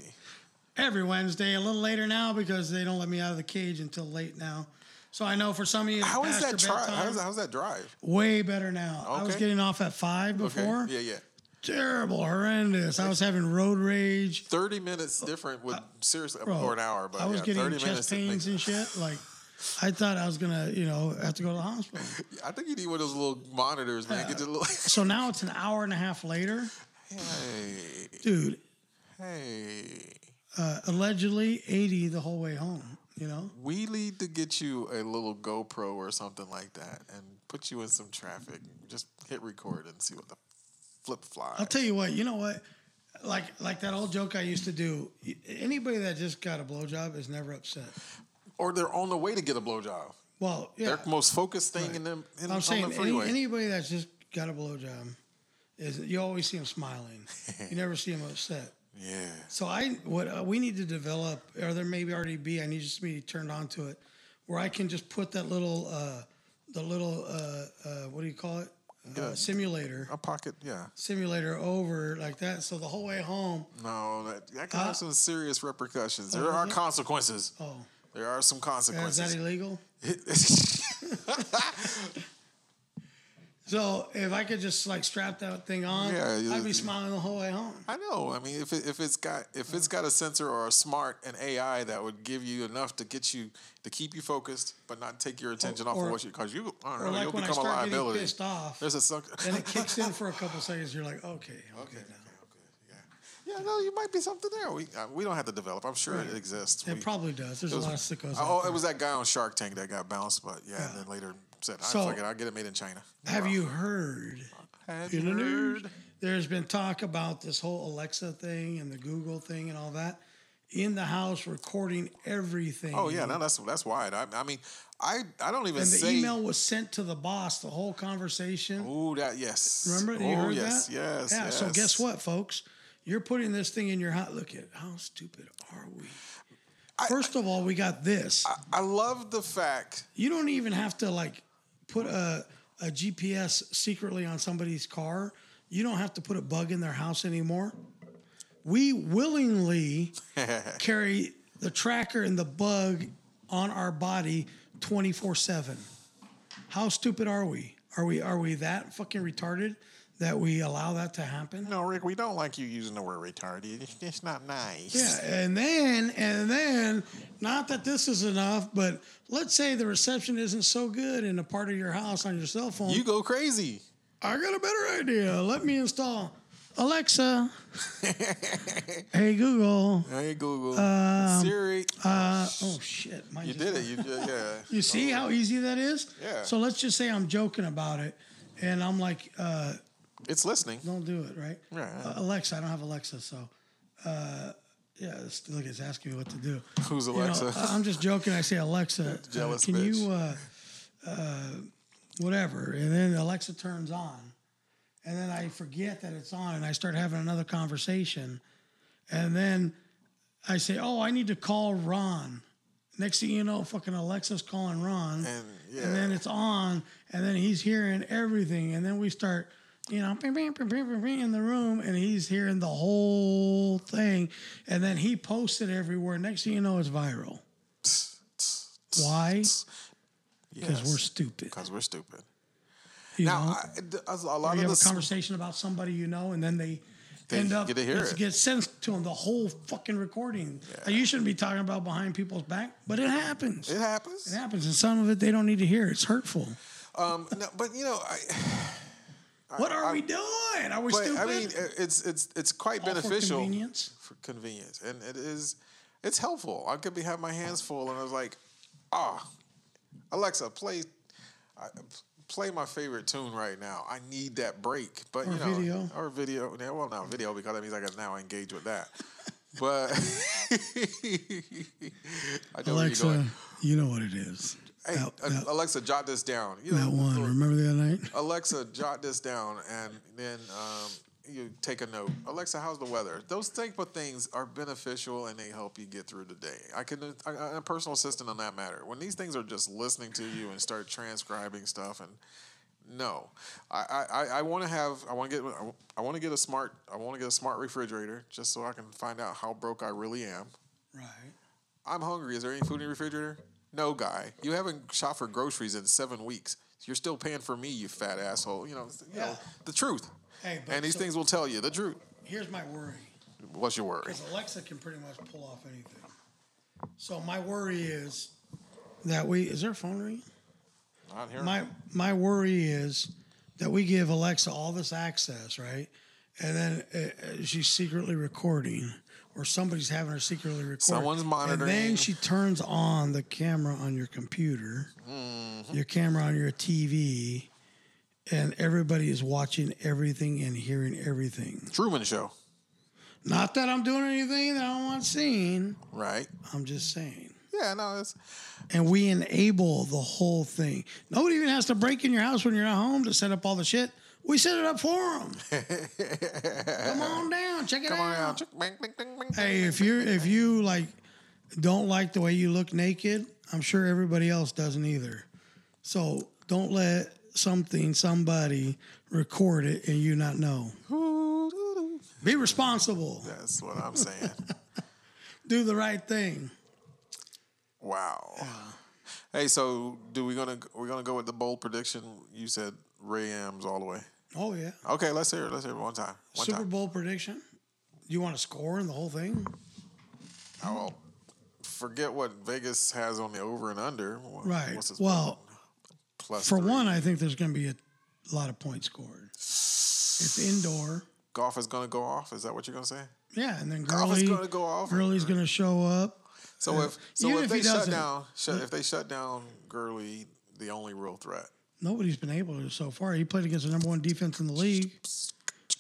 S4: Every Wednesday, a little later now because they don't let me out of the cage until late now. So I know for some of you, it's
S3: How is
S4: past
S3: that
S4: your
S3: drive?
S4: bedtime.
S3: How's, how's that drive?
S4: Way better now. I was
S3: Okay.
S4: getting off at five before.
S3: Yeah, yeah.
S4: terrible, horrendous. I was having road rage.
S3: Thirty minutes different would seriously
S4: Oh, Bro,
S3: or an hour, but
S4: I was
S3: yeah,
S4: getting
S3: thirty
S4: chest
S3: minutes. it makes-
S4: pains and shit. Like, I thought I was gonna, you know, have to go to the hospital.
S3: I think you need one of those little monitors, man. Get the little.
S4: So now it's an hour and a half later,
S3: hey,
S4: dude.
S3: hey,
S4: Uh, allegedly eighty the whole way home. You know,
S3: we need to get you a little GoPro or something like that, and put you in some traffic. Just hit record and see what the flip fly.
S4: I'll tell you what. You know what? Like, like that old joke I used to do. Anybody that just got a blowjob is never upset.
S3: or they're on the way to get a blowjob.
S4: Well, yeah.
S3: Their most focused thing in them in,
S4: I'm
S3: on
S4: saying
S3: the
S4: any,
S3: freeway.
S4: anybody that's just got a blowjob is you always see them smiling. you never see them upset.
S3: yeah.
S4: So I what uh, we need to develop, or there may be already be. I need just to be turned on to it, where I can just put that little, uh, the little, uh, uh, what do you call it? Uh, Simulator,
S3: A pocket, yeah.
S4: simulator over like that. So the whole way home,
S3: No, that, that
S4: Uh,
S3: can have some serious repercussions. There are
S4: uh-huh.
S3: consequences.
S4: oh,
S3: There are some
S4: is that
S3: consequences.
S4: illegal? So if I could just like strap that thing on,
S3: Yeah, you-
S4: I'd be smiling the whole way home.
S3: I know. I mean, if it, if it's got if
S4: Uh.
S3: it's got a sensor or a smart an AI that would give you enough to get you to keep you focused, but not take your attention off
S4: or-
S3: of what you because you I
S4: Or
S3: don't know,
S4: like
S3: Oh, you'll
S4: when I
S3: become a
S4: start getting
S3: liability.
S4: pissed off,
S3: There's a sucker.
S4: and it kicks in for a couple seconds, you're like, okay, I'm
S3: Okay,
S4: good
S3: okay,
S4: now.
S3: okay, Yeah, yeah. No, you might be something there. We uh, we don't have to develop. I'm sure it exists.
S4: It
S3: We-
S4: probably does. There's a lot of sickos. out
S3: Oh,
S4: there.
S3: it was that guy on Shark Tank that got bounced, but yeah, and then later said, "I
S4: So-
S3: fuck it, I'll get it made in China."
S4: Have you heard?
S3: Have
S4: in
S3: you
S4: the news,
S3: heard?
S4: There's been talk about this whole Alexa thing and the Google thing and all that in the house recording everything.
S3: Oh yeah, no, that's that's wide. I, I mean, I I don't even
S4: And the
S3: say.
S4: email was sent to the boss, the whole conversation.
S3: Ooh, that yes.
S4: Remember? You
S3: oh
S4: heard
S3: yes,
S4: that?
S3: yes,
S4: Yeah, so
S3: yes.
S4: guess what, folks? You're putting this thing in your house. Look at how stupid are we? First of all, we got this.
S3: I love the fact.
S4: you don't even have to like put a, a GPS secretly on somebody's car. You don't have to put a bug in their house anymore. We willingly carry the tracker and the bug on our body 24/7. How stupid are we? Are we are we that fucking retarded that we allow that to happen?
S3: No, Rick, we don't like you using the word retarded. It's, it's not nice.
S4: Yeah, and then and then not that this is enough, but let's say the reception isn't so good in a part of your house on your cell phone.
S3: You go crazy.
S4: I got a better idea. Let me install Alexa, hey Google.
S3: Hey Google,
S4: Um,
S3: Siri,
S4: Uh, oh shit! mine
S3: you
S4: just-
S3: did it. You did, yeah.
S4: You see how easy that is?
S3: Yeah.
S4: So let's just say I'm joking about it, and I'm like, uh,
S3: It's listening.
S4: don't do it, right?
S3: Right.
S4: Uh, Alexa, I don't have Alexa, so. Uh, yeah, this, look, it's asking me what to do.
S3: Who's
S4: You know,
S3: Alexa?
S4: I- I'm just joking. I say Alexa, uh,
S3: Jealous
S4: can
S3: bitch.
S4: you, uh, uh, whatever? And then Alexa turns on, and then I forget that it's on, and I start having another conversation, and then I say, "Oh, I need to call Ron." Next thing you know, fucking Alexa's calling Ron,
S3: and yeah,
S4: and then it's on, and then he's hearing everything, and then we start, you know, bing, bing, bing, bing, bing, bing in the room, and he's hearing the whole thing, and then he posts it everywhere. Next thing you know, it's viral. Why? Because we're stupid.
S3: because we're stupid.
S4: You
S3: Now,
S4: know,
S3: I, th- a lot of
S4: you have
S3: the
S4: a
S3: s-
S4: conversation about somebody you know, and then they.
S3: They
S4: end up
S3: get to hear
S4: it's-
S3: it.
S4: gets sent to them the whole fucking recording. Now, You shouldn't be talking about behind people's back, but it happens.
S3: it happens.
S4: it happens, and some of it they don't need to hear. It's hurtful.
S3: Um, no, but you know, I,
S4: what are we doing? Are we
S3: but
S4: stupid?
S3: I mean, i- it's it's it's quite
S4: All
S3: beneficial
S4: for convenience.
S3: for convenience, and it is it's helpful. I could be have my hands full, and I was like, ah, Alexa, play I, play my favorite tune right now. I need that break. But
S4: Or
S3: you know,
S4: video.
S3: or video. yeah, Well, not video because that means I can now engage with that. But I know where you're
S4: Alexa,
S3: going.
S4: you know what it is.
S3: Hey,
S4: that,
S3: uh,
S4: that-
S3: Alexa, jot this down. You
S4: that
S3: know,
S4: one.
S3: or-
S4: Remember the other night?
S3: Alexa, jot this down, and then um, you take a note. Alexa, how's the weather? Those type of things are beneficial and they help you get through the day. I can I, I- a personal assistant on that matter. When these things are just listening to you and start transcribing stuff, and no, I I, I want to have I want to get I want to get a smart I want to get a smart refrigerator just so I can find out how broke I really am.
S4: Right.
S3: I'm hungry. Is there any food in your refrigerator? No, guy. You haven't shopped for groceries in seven weeks. You're still paying for me, you fat asshole. You know, it's- you know
S4: Yeah.
S3: the truth.
S4: Hey, but
S3: and these
S4: so-
S3: things will tell you the truth.
S4: Here's my worry.
S3: What's your worry?
S4: Because Alexa can pretty much pull off anything. So my worry is that we is there a phone ringing?
S3: Not here.
S4: My my worry is that we give Alexa all this access, right? And then uh, uh, she's secretly recording, or somebody's having her secretly record.
S3: Someone's monitoring.
S4: And then she turns on the camera on your computer,
S3: Mm-hmm.
S4: your camera on your TV, and everybody is watching everything and hearing everything.
S3: Truman Show,
S4: Not that I'm doing anything that I don't want seen.
S3: right?
S4: I'm just saying.
S3: Yeah, no, it's
S4: and we enable the whole thing. Nobody even has to break in your house when you're not home to set up all the shit. We set it up for them. Come on down, check it
S3: come on
S4: out.
S3: out. Bing, bing, bing, bing.
S4: Hey, if you if you like don't like the way you look naked, I'm sure everybody else doesn't either. So don't let something somebody record it and you not know. Be responsible.
S3: That's what I'm saying.
S4: Do the right thing.
S3: wow. Hey, so do we gonna we're gonna go with the bold prediction? You said Ray M's all the way.
S4: Oh yeah.
S3: Okay, let's hear it. Let's hear it one time. One
S4: Super
S3: time.
S4: Bowl prediction. You want to score in the whole thing?
S3: Oh, well, forget what Vegas has on the over and under. What-
S4: Right.
S3: what's his
S4: Well,
S3: plus
S4: For
S3: three?
S4: one, I think there's going to be a lot of points scored. It's indoor.
S3: golf is going to go off. Is that what you're going to say?
S4: Yeah, and then
S3: Golf is
S4: Gurley,
S3: gonna go off.
S4: Gurley's going to show up.
S3: So if so,
S4: Uh, even
S3: if
S4: if
S3: they
S4: he
S3: shut
S4: doesn't-
S3: down, shut, if they shut down Gurley, the only real threat.
S4: Nobody's been able to so far. He played against the number one defense in the league,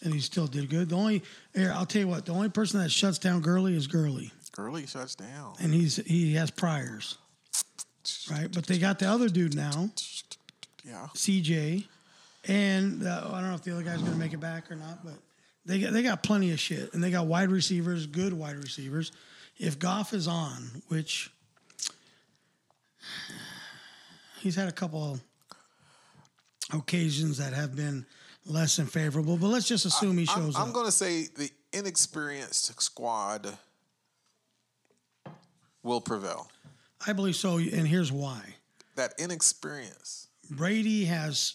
S4: and he still did good. The only here, I'll tell you what, the only person that shuts down Gurley is Gurley,
S3: Gurley shuts down.
S4: and he's he has priors, right? But they got the other dude now,
S3: Yeah.
S4: CJ, and uh, I don't know if the other guy's going to make it back or not, but they got, they got plenty of shit, and they got wide receivers, good wide receivers. If Goff is on, which he's had a couple occasions that have been less than favorable, but let's just assume he
S3: I'm,
S4: shows
S3: I'm
S4: up.
S3: going to say the inexperienced squad will prevail.
S4: I believe so, and here's why:
S3: That inexperience
S4: Brady has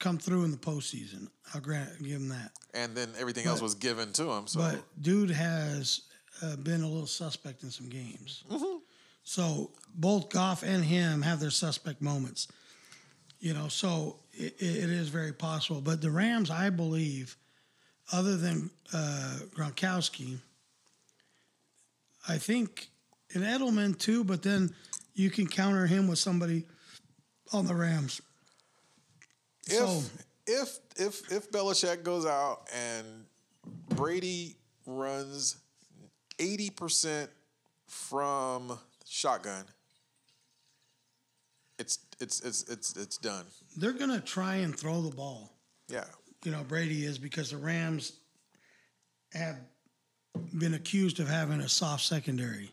S4: come through in the postseason. I'll grant give him that.
S3: and then everything else was given to him. So
S4: But dude has uh, been a little suspect in some games. So both Goff and him have their suspect moments. You know, so it, it is very possible. But the Rams, I believe, other than uh, Gronkowski, I think, and Edelman too. But then you can counter him with somebody on the Rams.
S3: If
S4: So-
S3: if if if Belichick goes out and Brady runs eighty percent from shotgun, it's it's it's it's it's done.
S4: They're gonna try and throw the ball.
S3: Yeah,
S4: you know Brady is because the Rams have been accused of having a soft secondary,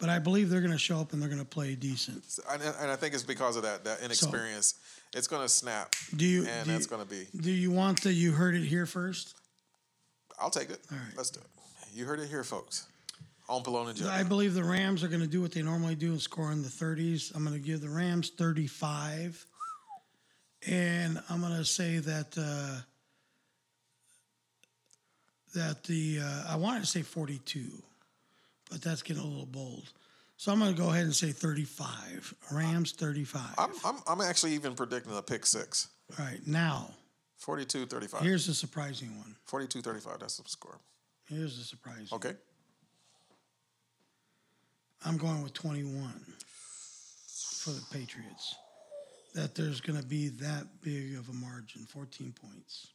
S4: but I believe they're going to show up and they're going to play decent.
S3: So- and, and I think it's because of that that inexperience. it's gonna snap.
S4: Do you-
S3: And
S4: do you-
S3: that's gonna be.
S4: Do you want the you heard it here first?
S3: I'll take it. All
S4: right.
S3: Let's do it. You heard it here, folks. On Pallone and
S4: I
S3: Joe.
S4: believe the Rams are going to do what they normally do and score in the 30s. I'm going to give the Rams 35, and I'm going to say that uh, that the uh, I wanted to say 42, but that's getting a little bold. So I'm going to go ahead and say 35. Rams 35.
S3: I'm, I'm I'm actually even predicting a pick six.
S4: All right, now
S3: 42 35.
S4: here's the surprising one.
S3: 42 35. That's the score.
S4: Here's the surprising.
S3: Okay.
S4: I'm going with 21 for the Patriots. That there's going to be that big of a margin, 14 points.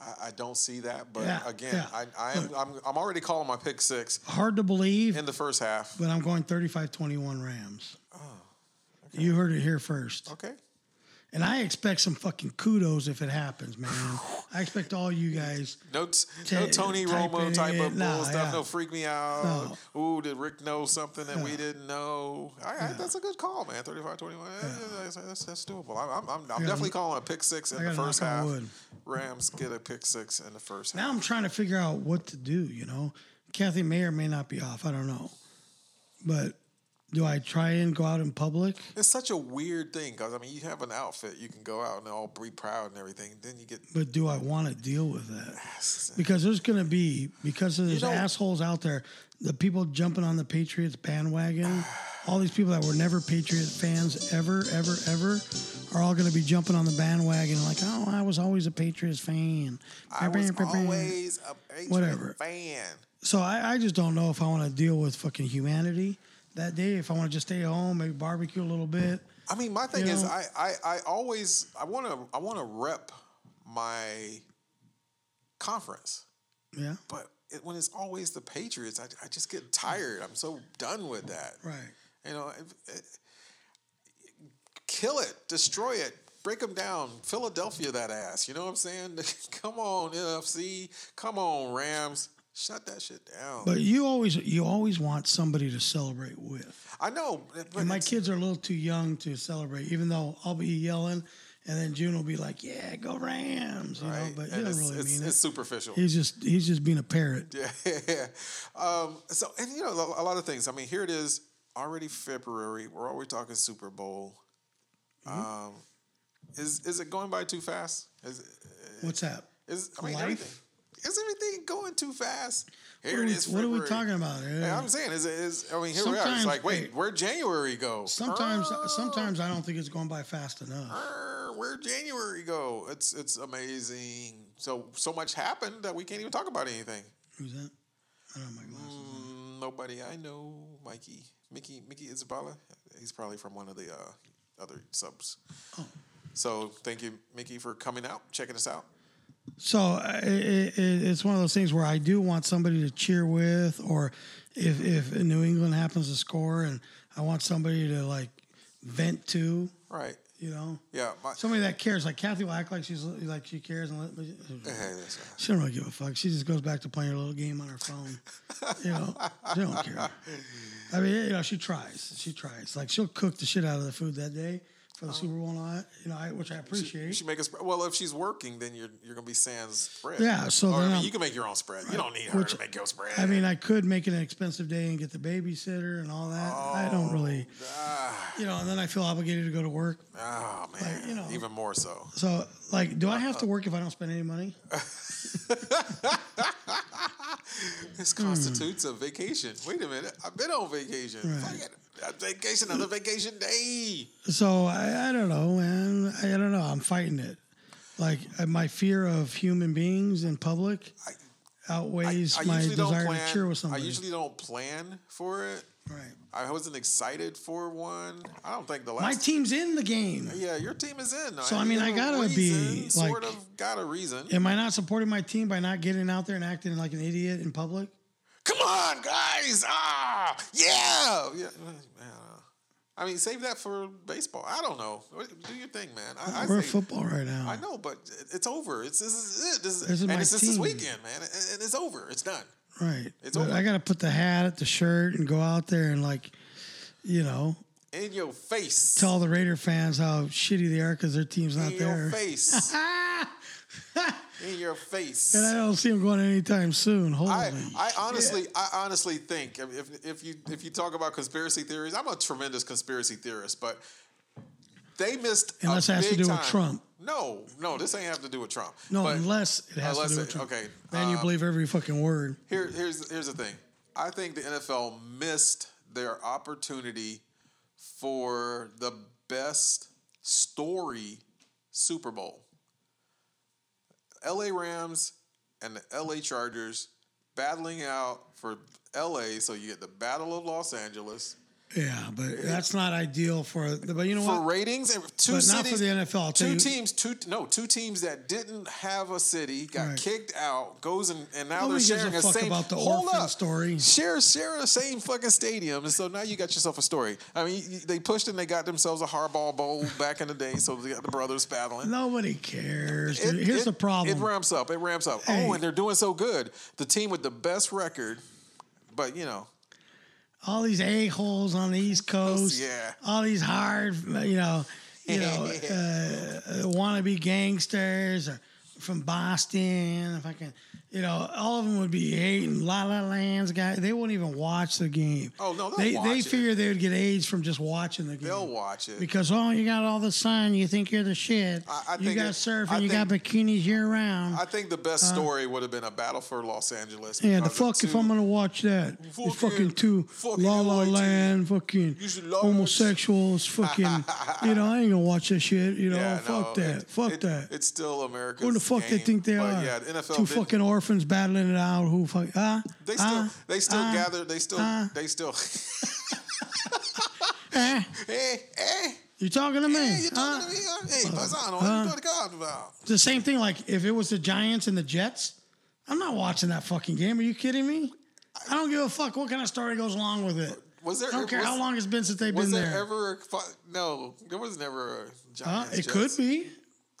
S3: I, I don't see that, but
S4: Yeah,
S3: again,
S4: yeah.
S3: I, I am, I'm, I'm already calling my pick six
S4: Hard to believe,
S3: in the first half.
S4: but I'm going 35 21 Rams. You heard it here first.
S3: Okay.
S4: And I expect some fucking kudos if it happens, man. I expect all you guys.
S3: No, t-
S4: Ta-
S3: no Tony
S4: type
S3: Romo
S4: it
S3: type of
S4: in. Nah,
S3: bull stuff.
S4: yeah.
S3: No freak me out. Ooh, did Rick know something that we didn't know? All right, That's a good call, man. 35 21. That's, that's, that's doable. I'm, I'm, I'm, I'm definitely calling a pick six in the
S4: gotta
S3: first
S4: knock on
S3: half.
S4: wood.
S3: Rams get a pick six in the first half.
S4: Now I'm trying to figure out what to do, you know? Kathy may or may not be off. I don't know. But do I try and go out in public?
S3: It's such a weird thing because, I mean, you have an outfit, you can go out and all be proud and everything. Then you get.
S4: But do I want to deal with that? Because there's going to be because there's
S3: know-
S4: assholes out there, the people jumping on the Patriots bandwagon, all these people that were never Patriot fans ever, ever, ever, are all going to be jumping on the bandwagon like, oh, I was always a Patriots fan.
S3: I was always a Patriot
S4: Whatever.
S3: fan.
S4: So I, I just don't know if I want to deal with fucking humanity that day. If I want to just stay home, maybe barbecue a little bit.
S3: I mean, my thing
S4: You
S3: is,
S4: know?
S3: I, I, I always I want to I want to rep my conference,
S4: Yeah.
S3: but it, when it's always the Patriots, I, I just get tired. I'm so done with that.
S4: Right.
S3: You know, it- it- kill it, destroy it, break them down. Philadelphia, that ass. You know what I'm saying? come on, NFC. Come on, Rams. Shut that shit down.
S4: But you always you always want somebody to celebrate with.
S3: I know. But
S4: And my
S3: it's-
S4: kids are a little too young to celebrate, even though I'll be yelling, and then June will be like, "Yeah, go Rams," you know.
S3: right?
S4: But
S3: And
S4: he don't
S3: it's,
S4: really
S3: it's-
S4: mean
S3: it's
S4: it.
S3: superficial.
S4: He's just he's just being a parrot.
S3: Yeah. Um, so, and you know, a lot of things. I mean, here it is already February. We're already talking Super Bowl.
S4: Mm-hmm.
S3: Um, is is it going by too fast? Is
S4: What's that?
S3: is I mean
S4: Life?
S3: everything? Is everything going too fast?
S4: What
S3: Here
S4: are,
S3: it
S4: we,
S3: is.
S4: what are we
S3: February.
S4: talking about? Uh,
S3: Hey,
S4: Yeah.
S3: I'm saying is is I mean here we are.
S4: Sometimes-
S3: It's like wait,
S4: hey.
S3: where January go?
S4: Sometimes uh,
S3: Err,
S4: sometimes
S3: Oh.
S4: I don't think it's going by fast enough.
S3: err, where January go? It's it's amazing. So so much happened that we can't even talk about anything.
S4: Who's that? I don't know my glasses.
S3: Mm, Nobody I know, Mikey, Mickey, Mickey Isabella. He's probably from one of the uh, other subs. So thank you, Mickey, for coming out, checking us out.
S4: So uh, it, it, it's one of those things where I do want somebody to cheer with, or if if New England happens to score, and I want somebody to like vent to,
S3: Right?
S4: you know.
S3: Yeah. My,
S4: somebody that cares. Like Kathy will act like she's like she cares and let,
S3: Hey, that's right.
S4: she don't really give a fuck. She just goes back to playing her little game on her phone. You know, she don't care. I mean, you know, she tries. She tries. Like she'll cook the shit out of the food that day for the Super Bowl and all that. You know, I, which I
S3: You
S4: appreciate.
S3: should make a spread. Well, if she's working, then you're you're gonna be sans spread.
S4: Yeah, so
S3: Or, I
S4: then
S3: mean,
S4: I'm-
S3: you can make your own spread. You don't need her
S4: Which-
S3: to make your spread.
S4: I mean, I could make it an expensive day and get the babysitter and all that. I don't really,
S3: ah,
S4: you know. And then I feel obligated to go to work.
S3: oh man,
S4: you know.
S3: even more so.
S4: So, like, do I have to work if I don't spend any money?
S3: This constitutes a vacation. Wait a minute, I've been on vacation.
S4: Right.
S3: Fuck it. A vacation, another vacation day.
S4: So I, I don't know, man. I, I don't know. I'm fighting it. Like uh, my fear of human beings in public outweighs my desire to cheer with
S3: I
S4: somebody.
S3: usually don't plan for it.
S4: right.
S3: I wasn't excited for one. I don't think the last.
S4: My team's in the game.
S3: Yeah, your team is in.
S4: So, I mean, I
S3: you have a
S4: gotta be,
S3: reason, sort
S4: like-
S3: of got a reason.
S4: Am I not supporting my team by not getting out there and acting like an idiot in public?
S3: Come on, guys! Ah, yeah, yeah. yeah. I mean, save that for baseball. I don't know. What- Do your thing, man. I, I
S4: We're
S3: say-
S4: football right now.
S3: I know, but it- it's over. It's this is it. This is,
S4: This is
S3: and
S4: my
S3: it's just this
S4: team.
S3: weekend, man. And and it's over. It's done.
S4: Right.
S3: It's
S4: but
S3: over.
S4: I got to put the hat, the shirt, and go out there and, like, you know,
S3: In your face.
S4: tell the Raider fans how shitty they are because their team's not
S3: in your
S4: there.
S3: face.
S4: and
S3: in your face.
S4: I don't see them going anytime soon. Holy.
S3: I, I honestly, I honestly think if- if if you if you talk about conspiracy theories, I'm a tremendous conspiracy theorist, but they missed. a
S4: Unless it has to
S3: big
S4: do with
S3: time-
S4: Trump.
S3: No, no, this ain't have to do with Trump.
S4: no,
S3: But
S4: unless it has
S3: unless
S4: to do
S3: it-
S4: with Trump.
S3: okay,
S4: Then you
S3: uh,
S4: believe every fucking word.
S3: here, here's here's the thing. I think the NFL missed their opportunity for the best story Super Bowl. LA Rams and the LA Chargers battling out for LA, so you get the Battle of Los Angeles
S4: Yeah, but that's not ideal for. But you know
S3: for
S4: what?
S3: ratings and two
S4: But not
S3: cities.
S4: for the NFL. I'll tell
S3: Two
S4: you-
S3: teams, two no, two teams that didn't have a city got
S4: Right.
S3: kicked out. Goes and, and now
S4: Nobody
S3: they're
S4: gives
S3: sharing
S4: a fuck
S3: same
S4: about the
S3: Hold
S4: orphan
S3: up.
S4: story.
S3: Share share the same fucking stadium, and so now you got yourself a story. I mean, you- they pushed and they got themselves a hardball bowl back in the day, so they got the brothers battling.
S4: Nobody cares.
S3: It-
S4: dude. Here's
S3: it-
S4: the problem.
S3: It ramps up. It ramps up.
S4: Hey.
S3: Oh, and they're doing so good. The team with the best record, but you know,
S4: all these a holes on the East Coast.
S3: yeah.
S4: All these hard, you know, you know, uh, uh, wannabe gangsters or from Boston. If I can, you know, all of them would be hating La La Land's guy. They wouldn't even watch the game.
S3: Oh, no, they'll
S4: they
S3: watch
S4: they
S3: it.
S4: figure they would get AIDS from just watching the game.
S3: they'll watch it.
S4: because oh, you got all the sun, you think you're the shit.
S3: I- I
S4: you
S3: think
S4: got
S3: it-
S4: surfing,
S3: I
S4: you got bikinis year round.
S3: I think the best story would have been a battle for Los Angeles.
S4: uh, yeah, the
S3: because of
S4: fuck if
S3: two-
S4: I'm gonna watch that. it's
S3: Fucking-
S4: fucking two
S3: fucking
S4: La La
S3: LAT.
S4: Land, fucking
S3: You should love
S4: homosexuals, fucking. you know, I ain't gonna watch that shit. You know,
S3: Yeah,
S4: fuck
S3: no,
S4: that,
S3: it-
S4: fuck
S3: it-
S4: that.
S3: It's still America.
S4: Who the fuck they think they are?
S3: Yeah, the NFL.
S4: two
S3: did-
S4: fucking orphans battling it out. Who fuck? Ah,
S3: They still,
S4: ah,
S3: they still
S4: ah,
S3: gather. They still,
S4: ah.
S3: they still.
S4: eh.
S3: hey, hey,
S4: You talking to me?
S3: hey! You
S4: Ah.
S3: talking to me? huh? Hey, Paisano,
S4: uh.
S3: what you talking about?
S4: It's the same thing. Like if it was the Giants and the Jets, I'm not watching that fucking game. Are you kidding me? I don't give a fuck what kind of story goes along with it.
S3: Was there?
S4: I don't care
S3: was,
S4: how long it's been since they've
S3: Was
S4: been
S3: there,
S4: there.
S3: ever? A, fu- no, there was never a
S4: Huh?
S3: Giants.
S4: it could
S3: Jets.
S4: be,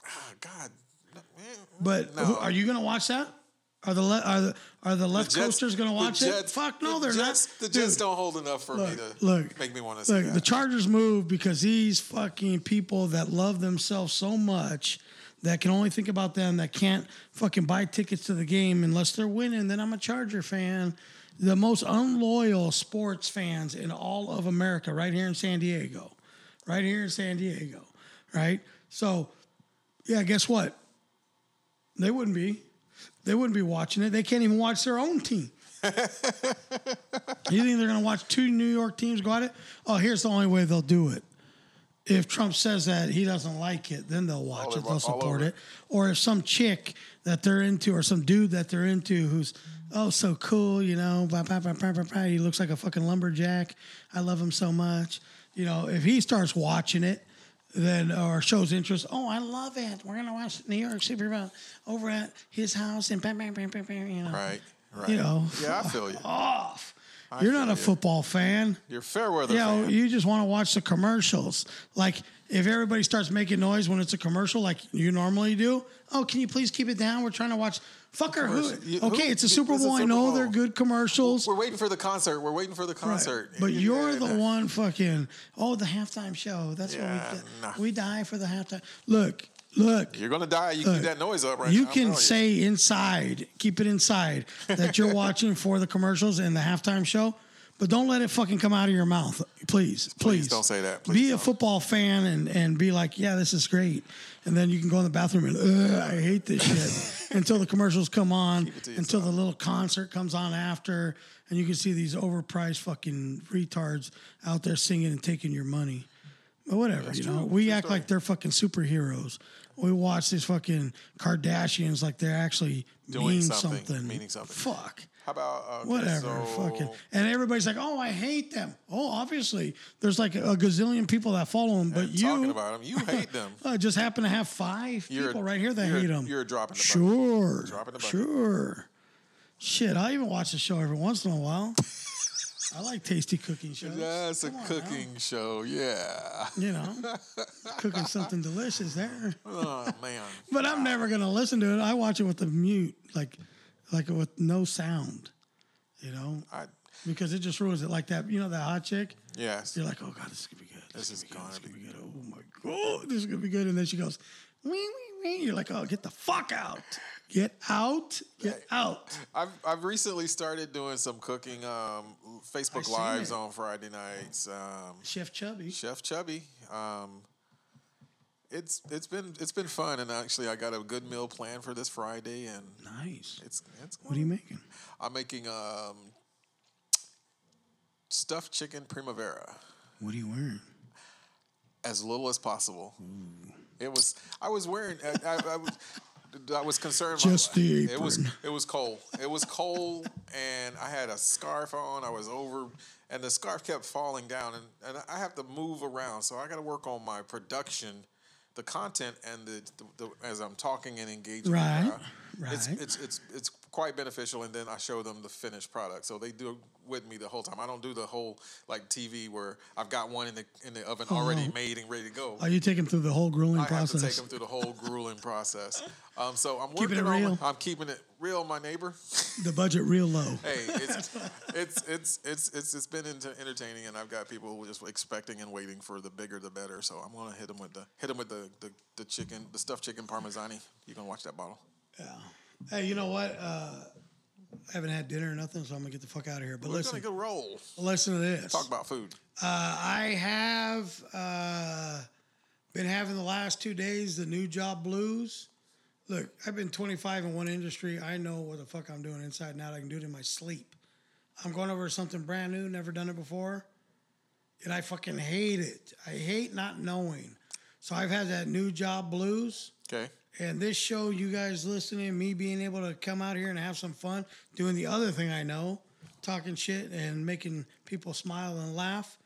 S3: Ah, God, no, man.
S4: but
S3: No.
S4: who, are you going to watch that? Are the le- are the are the left
S3: Jets-
S4: coasters going to
S3: the
S4: watch it?
S3: Jets-
S4: Fuck no,
S3: the
S4: they're
S3: Jets,
S4: not.
S3: The Jets
S4: Dude,
S3: don't hold enough for me to
S4: look,
S3: make me want to see
S4: Look,
S3: that.
S4: the Chargers move because these fucking people that love themselves so much that can only think about them that can't fucking buy tickets to the game unless they're winning. Then I'm a Charger fan. The most unloyal sports fans in all of America, right here in San Diego, right here in San Diego, right. So, yeah, guess what? They wouldn't be. They wouldn't be watching it. They can't even watch their own team. You think they're going to watch two New York teams go at it? Oh, here's the only way they'll do it. If Trump says that he doesn't like it, then they'll watch
S3: All
S4: it,
S3: over-
S4: they'll
S3: all
S4: support
S3: over.
S4: it. Or if some chick that they're into or some dude that they're into who's, oh, so cool, you know, bah, bah, bah, bah, bah, bah, he looks like a fucking lumberjack. I love him so much. You know, if he starts watching it, then or shows interest. Oh, I love it. We're gonna watch New York Super Bowl over at his house and bam, bam, bam, bam, bam. You know,
S3: right, right.
S4: you know,
S3: yeah, I feel you.
S4: off. You're not a football fan.
S3: You're fair weather.
S4: Yeah,
S3: fan.
S4: you just want to watch the commercials. Like if everybody starts making noise when it's a commercial, like you normally do. Oh, can you please keep it down? We're trying to watch. Fucker,
S3: Commercial. You-
S4: who?
S3: who-
S4: Okay, it's a
S3: you-
S4: Super
S3: it's a
S4: Bowl. I
S3: Super
S4: know
S3: Bowl.
S4: they're good commercials.
S3: We're waiting for the concert. We're waiting for the concert.
S4: But
S3: Yeah,
S4: you're the
S3: yeah.
S4: one fucking. Oh, the halftime show. That's
S3: Yeah,
S4: what we di-
S3: nah.
S4: we die for the halftime. Look, look.
S3: You're gonna die. You
S4: Look,
S3: keep that noise up right
S4: you
S3: now. I'm
S4: can
S3: telling
S4: say inside, keep it inside, that you're watching for the commercials and the halftime show, but don't let it fucking come out of your mouth. Please, please,
S3: don't say that. Please
S4: be a
S3: don't.
S4: football fan and, and be like, yeah, this is great. And then you can go in the bathroom and, Ugh, I hate this shit until the commercials come on, until the little concert comes on after, and you can see these overpriced fucking retards out there singing and taking your money. But whatever, you know, we act like they're fucking superheroes. we watch these fucking Kardashians like they're actually
S3: Doing
S4: mean
S3: something,
S4: something,
S3: meaning something.
S4: Fuck.
S3: How about uh, okay,
S4: Whatever,
S3: so-
S4: fucking, and everybody's like, "Oh, I hate them." Oh, obviously, there's like a gazillion people that follow them, but you
S3: talking about them, you hate them.
S4: I just happen to have 5
S3: You're a-
S4: people right here that
S3: you're a-
S4: hate them.
S3: you're a drop in the bucket.
S4: Sure.
S3: Drop in the bucket.
S4: Sure. Shit, I even watch the show every once in a while. I like tasty cooking shows.
S3: That's a
S4: Come on now.
S3: cooking show. Yeah.
S4: You know, cooking something delicious there.
S3: Oh man.
S4: But I'm never gonna listen to it. I watch it with the mute, like, like with no sound. You know,
S3: I,
S4: because it just ruins it. Like that, you know, that hot chick.
S3: yes.
S4: You're like, oh god, this is gonna be good.
S3: This is
S4: gonna
S3: gonna
S4: be good. This is gonna be good. Oh my god, this is gonna be good. And then she goes, wee wee wee. You're like, oh, get the fuck out, get out, get out.
S3: I've I've recently started doing some cooking um, Facebook
S4: seen
S3: lives
S4: it.
S3: on Friday nights. Um,
S4: Chef Chubby.
S3: Chef Chubby. Um, it's it's been it's been fun, and actually I got a good meal plan for this Friday, and
S4: Nice.
S3: it's it's.
S4: What are you making?
S3: I'm making um, stuffed chicken primavera.
S4: What are you wearing?
S3: as little as possible.
S4: Mm.
S3: It was. I was wearing. I, I, I was. I was concerned. my-
S4: Just the
S3: It was.
S4: apron.
S3: It was cold. It was cold, and I had a scarf on. I was over, and the scarf kept falling down, and, and I have to move around, so I got to work on my production, the content, and the, the, the as I'm talking and engaging. with
S4: Right,
S3: her. It's,
S4: right.
S3: it's it's it's quite beneficial, and then I show them the finished product, so they do it with me the whole time. I don't do the whole like TV where I've got one in the in the oven already made and ready to go.
S4: Oh, you take him through the whole grueling
S3: I have
S4: process.
S3: to take them through the whole grueling process. Um, so I'm
S4: Keeping
S3: working
S4: it
S3: on.
S4: real.
S3: I'm keeping it real, my neighbor.
S4: the budget real low.
S3: Hey, it's it's it's it's it's, it's been enter- entertaining, and I've got people who are just expecting and waiting for the bigger the better. So I'm gonna hit them with the hit them with the, the the chicken, the stuffed chicken parmesan. You gonna watch that bottle?
S4: Hey, you know what? Uh, I haven't had dinner or nothing, so I'm gonna get the fuck out of here. But
S3: We're
S4: listen,
S3: gonna go roll.
S4: listen to this.
S3: Talk about food.
S4: Uh, I have uh, been having the last two days the new job blues. Look, I've been 25 in one industry. I know what the fuck I'm doing inside and out. I can do it in my sleep. I'm going over something brand new, never done it before, and I fucking hate it. I hate not knowing. So I've had that new job blues.
S3: Okay.
S4: And this show, you guys listening, me being able to come out here and have some fun doing the other thing I know, talking shit and making people smile and laugh,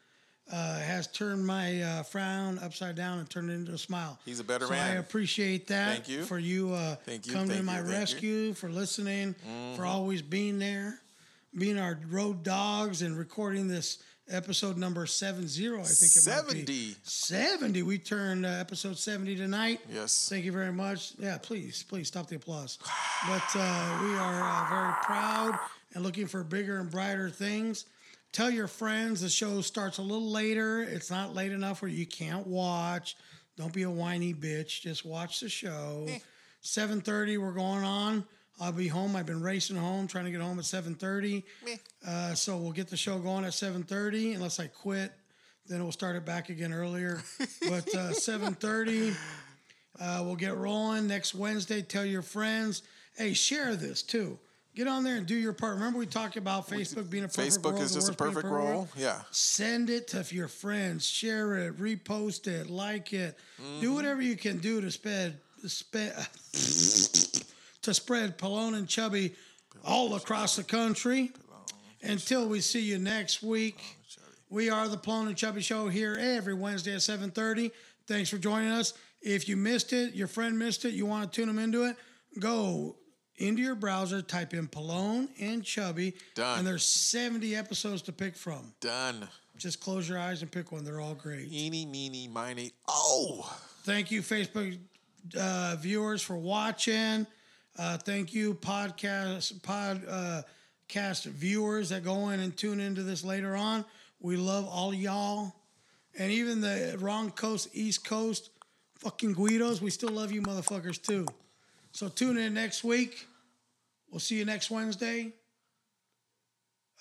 S4: uh, has turned my uh, frown upside down and turned it into a smile.
S3: He's a better
S4: so
S3: man.
S4: I appreciate that.
S3: Thank you.
S4: for you. Uh,
S3: Thank you,
S4: Coming to
S3: thank you,
S4: my
S3: thank you. Mm-hmm.
S4: rescue, for listening, for always being there, being our road dogs, and recording this episode number seven zero. I think it might be.
S3: 70.
S4: 70. We turned uh, episode 70 tonight.
S3: Yes.
S4: Thank you very much. Yeah, please, please stop the applause. But uh, we are uh, very proud and looking for bigger and brighter things. Tell your friends the show starts a little later. It's not late enough where you can't watch. Don't be a whiny bitch. Just watch the show. 7:30 we're going on. I'll be home. I've been racing home trying to get home at 7:30. Uh, so we'll get the show going at 7:30 unless I quit. Then we'll start it back again earlier. But uh, 7:30 uh, we'll get rolling next Wednesday. Tell your friends. Hey, share this too. Get on there and do your part. Remember, we talked about Facebook being a perfect
S3: Facebook
S4: world,
S3: is
S4: the
S3: just a
S4: worst being
S3: perfect
S4: world?
S3: roll. Yeah.
S4: Send it to your friends. Share it. Repost it. Like it. Do whatever you can do to spread, spread to spread Pallone and Chubby all across the country. Until we see you next week. We are the Plone and Chubby Show here every Wednesday at 7:30. Thanks for joining us. If you missed it, your friend missed it, you want to tune them into it, go into your browser, type in Pallone and Chubby,
S3: Done.
S4: and there's 70 episodes to pick from.
S3: Done.
S4: Just close your eyes and pick one. They're all great.
S3: Eeny, meeny, miny. Oh.
S4: Thank you, Facebook uh, viewers, for watching. Uh, thank you, podcast podcast viewers that go in and tune into this later on. We love all y'all, and even the wrong coast, East Coast, fucking Guidos. We still love you, motherfuckers, too. So tune in next week. We'll see you next Wednesday.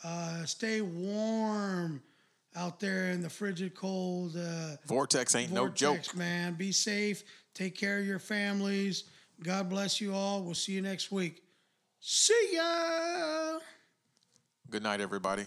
S4: Uh, stay warm out there in the frigid cold. Uh,
S3: Vortex ain't no joke.
S4: Vortex, man. Be safe. Take care of your families. God bless you all. We'll see you next week. See ya.
S3: Good night, everybody.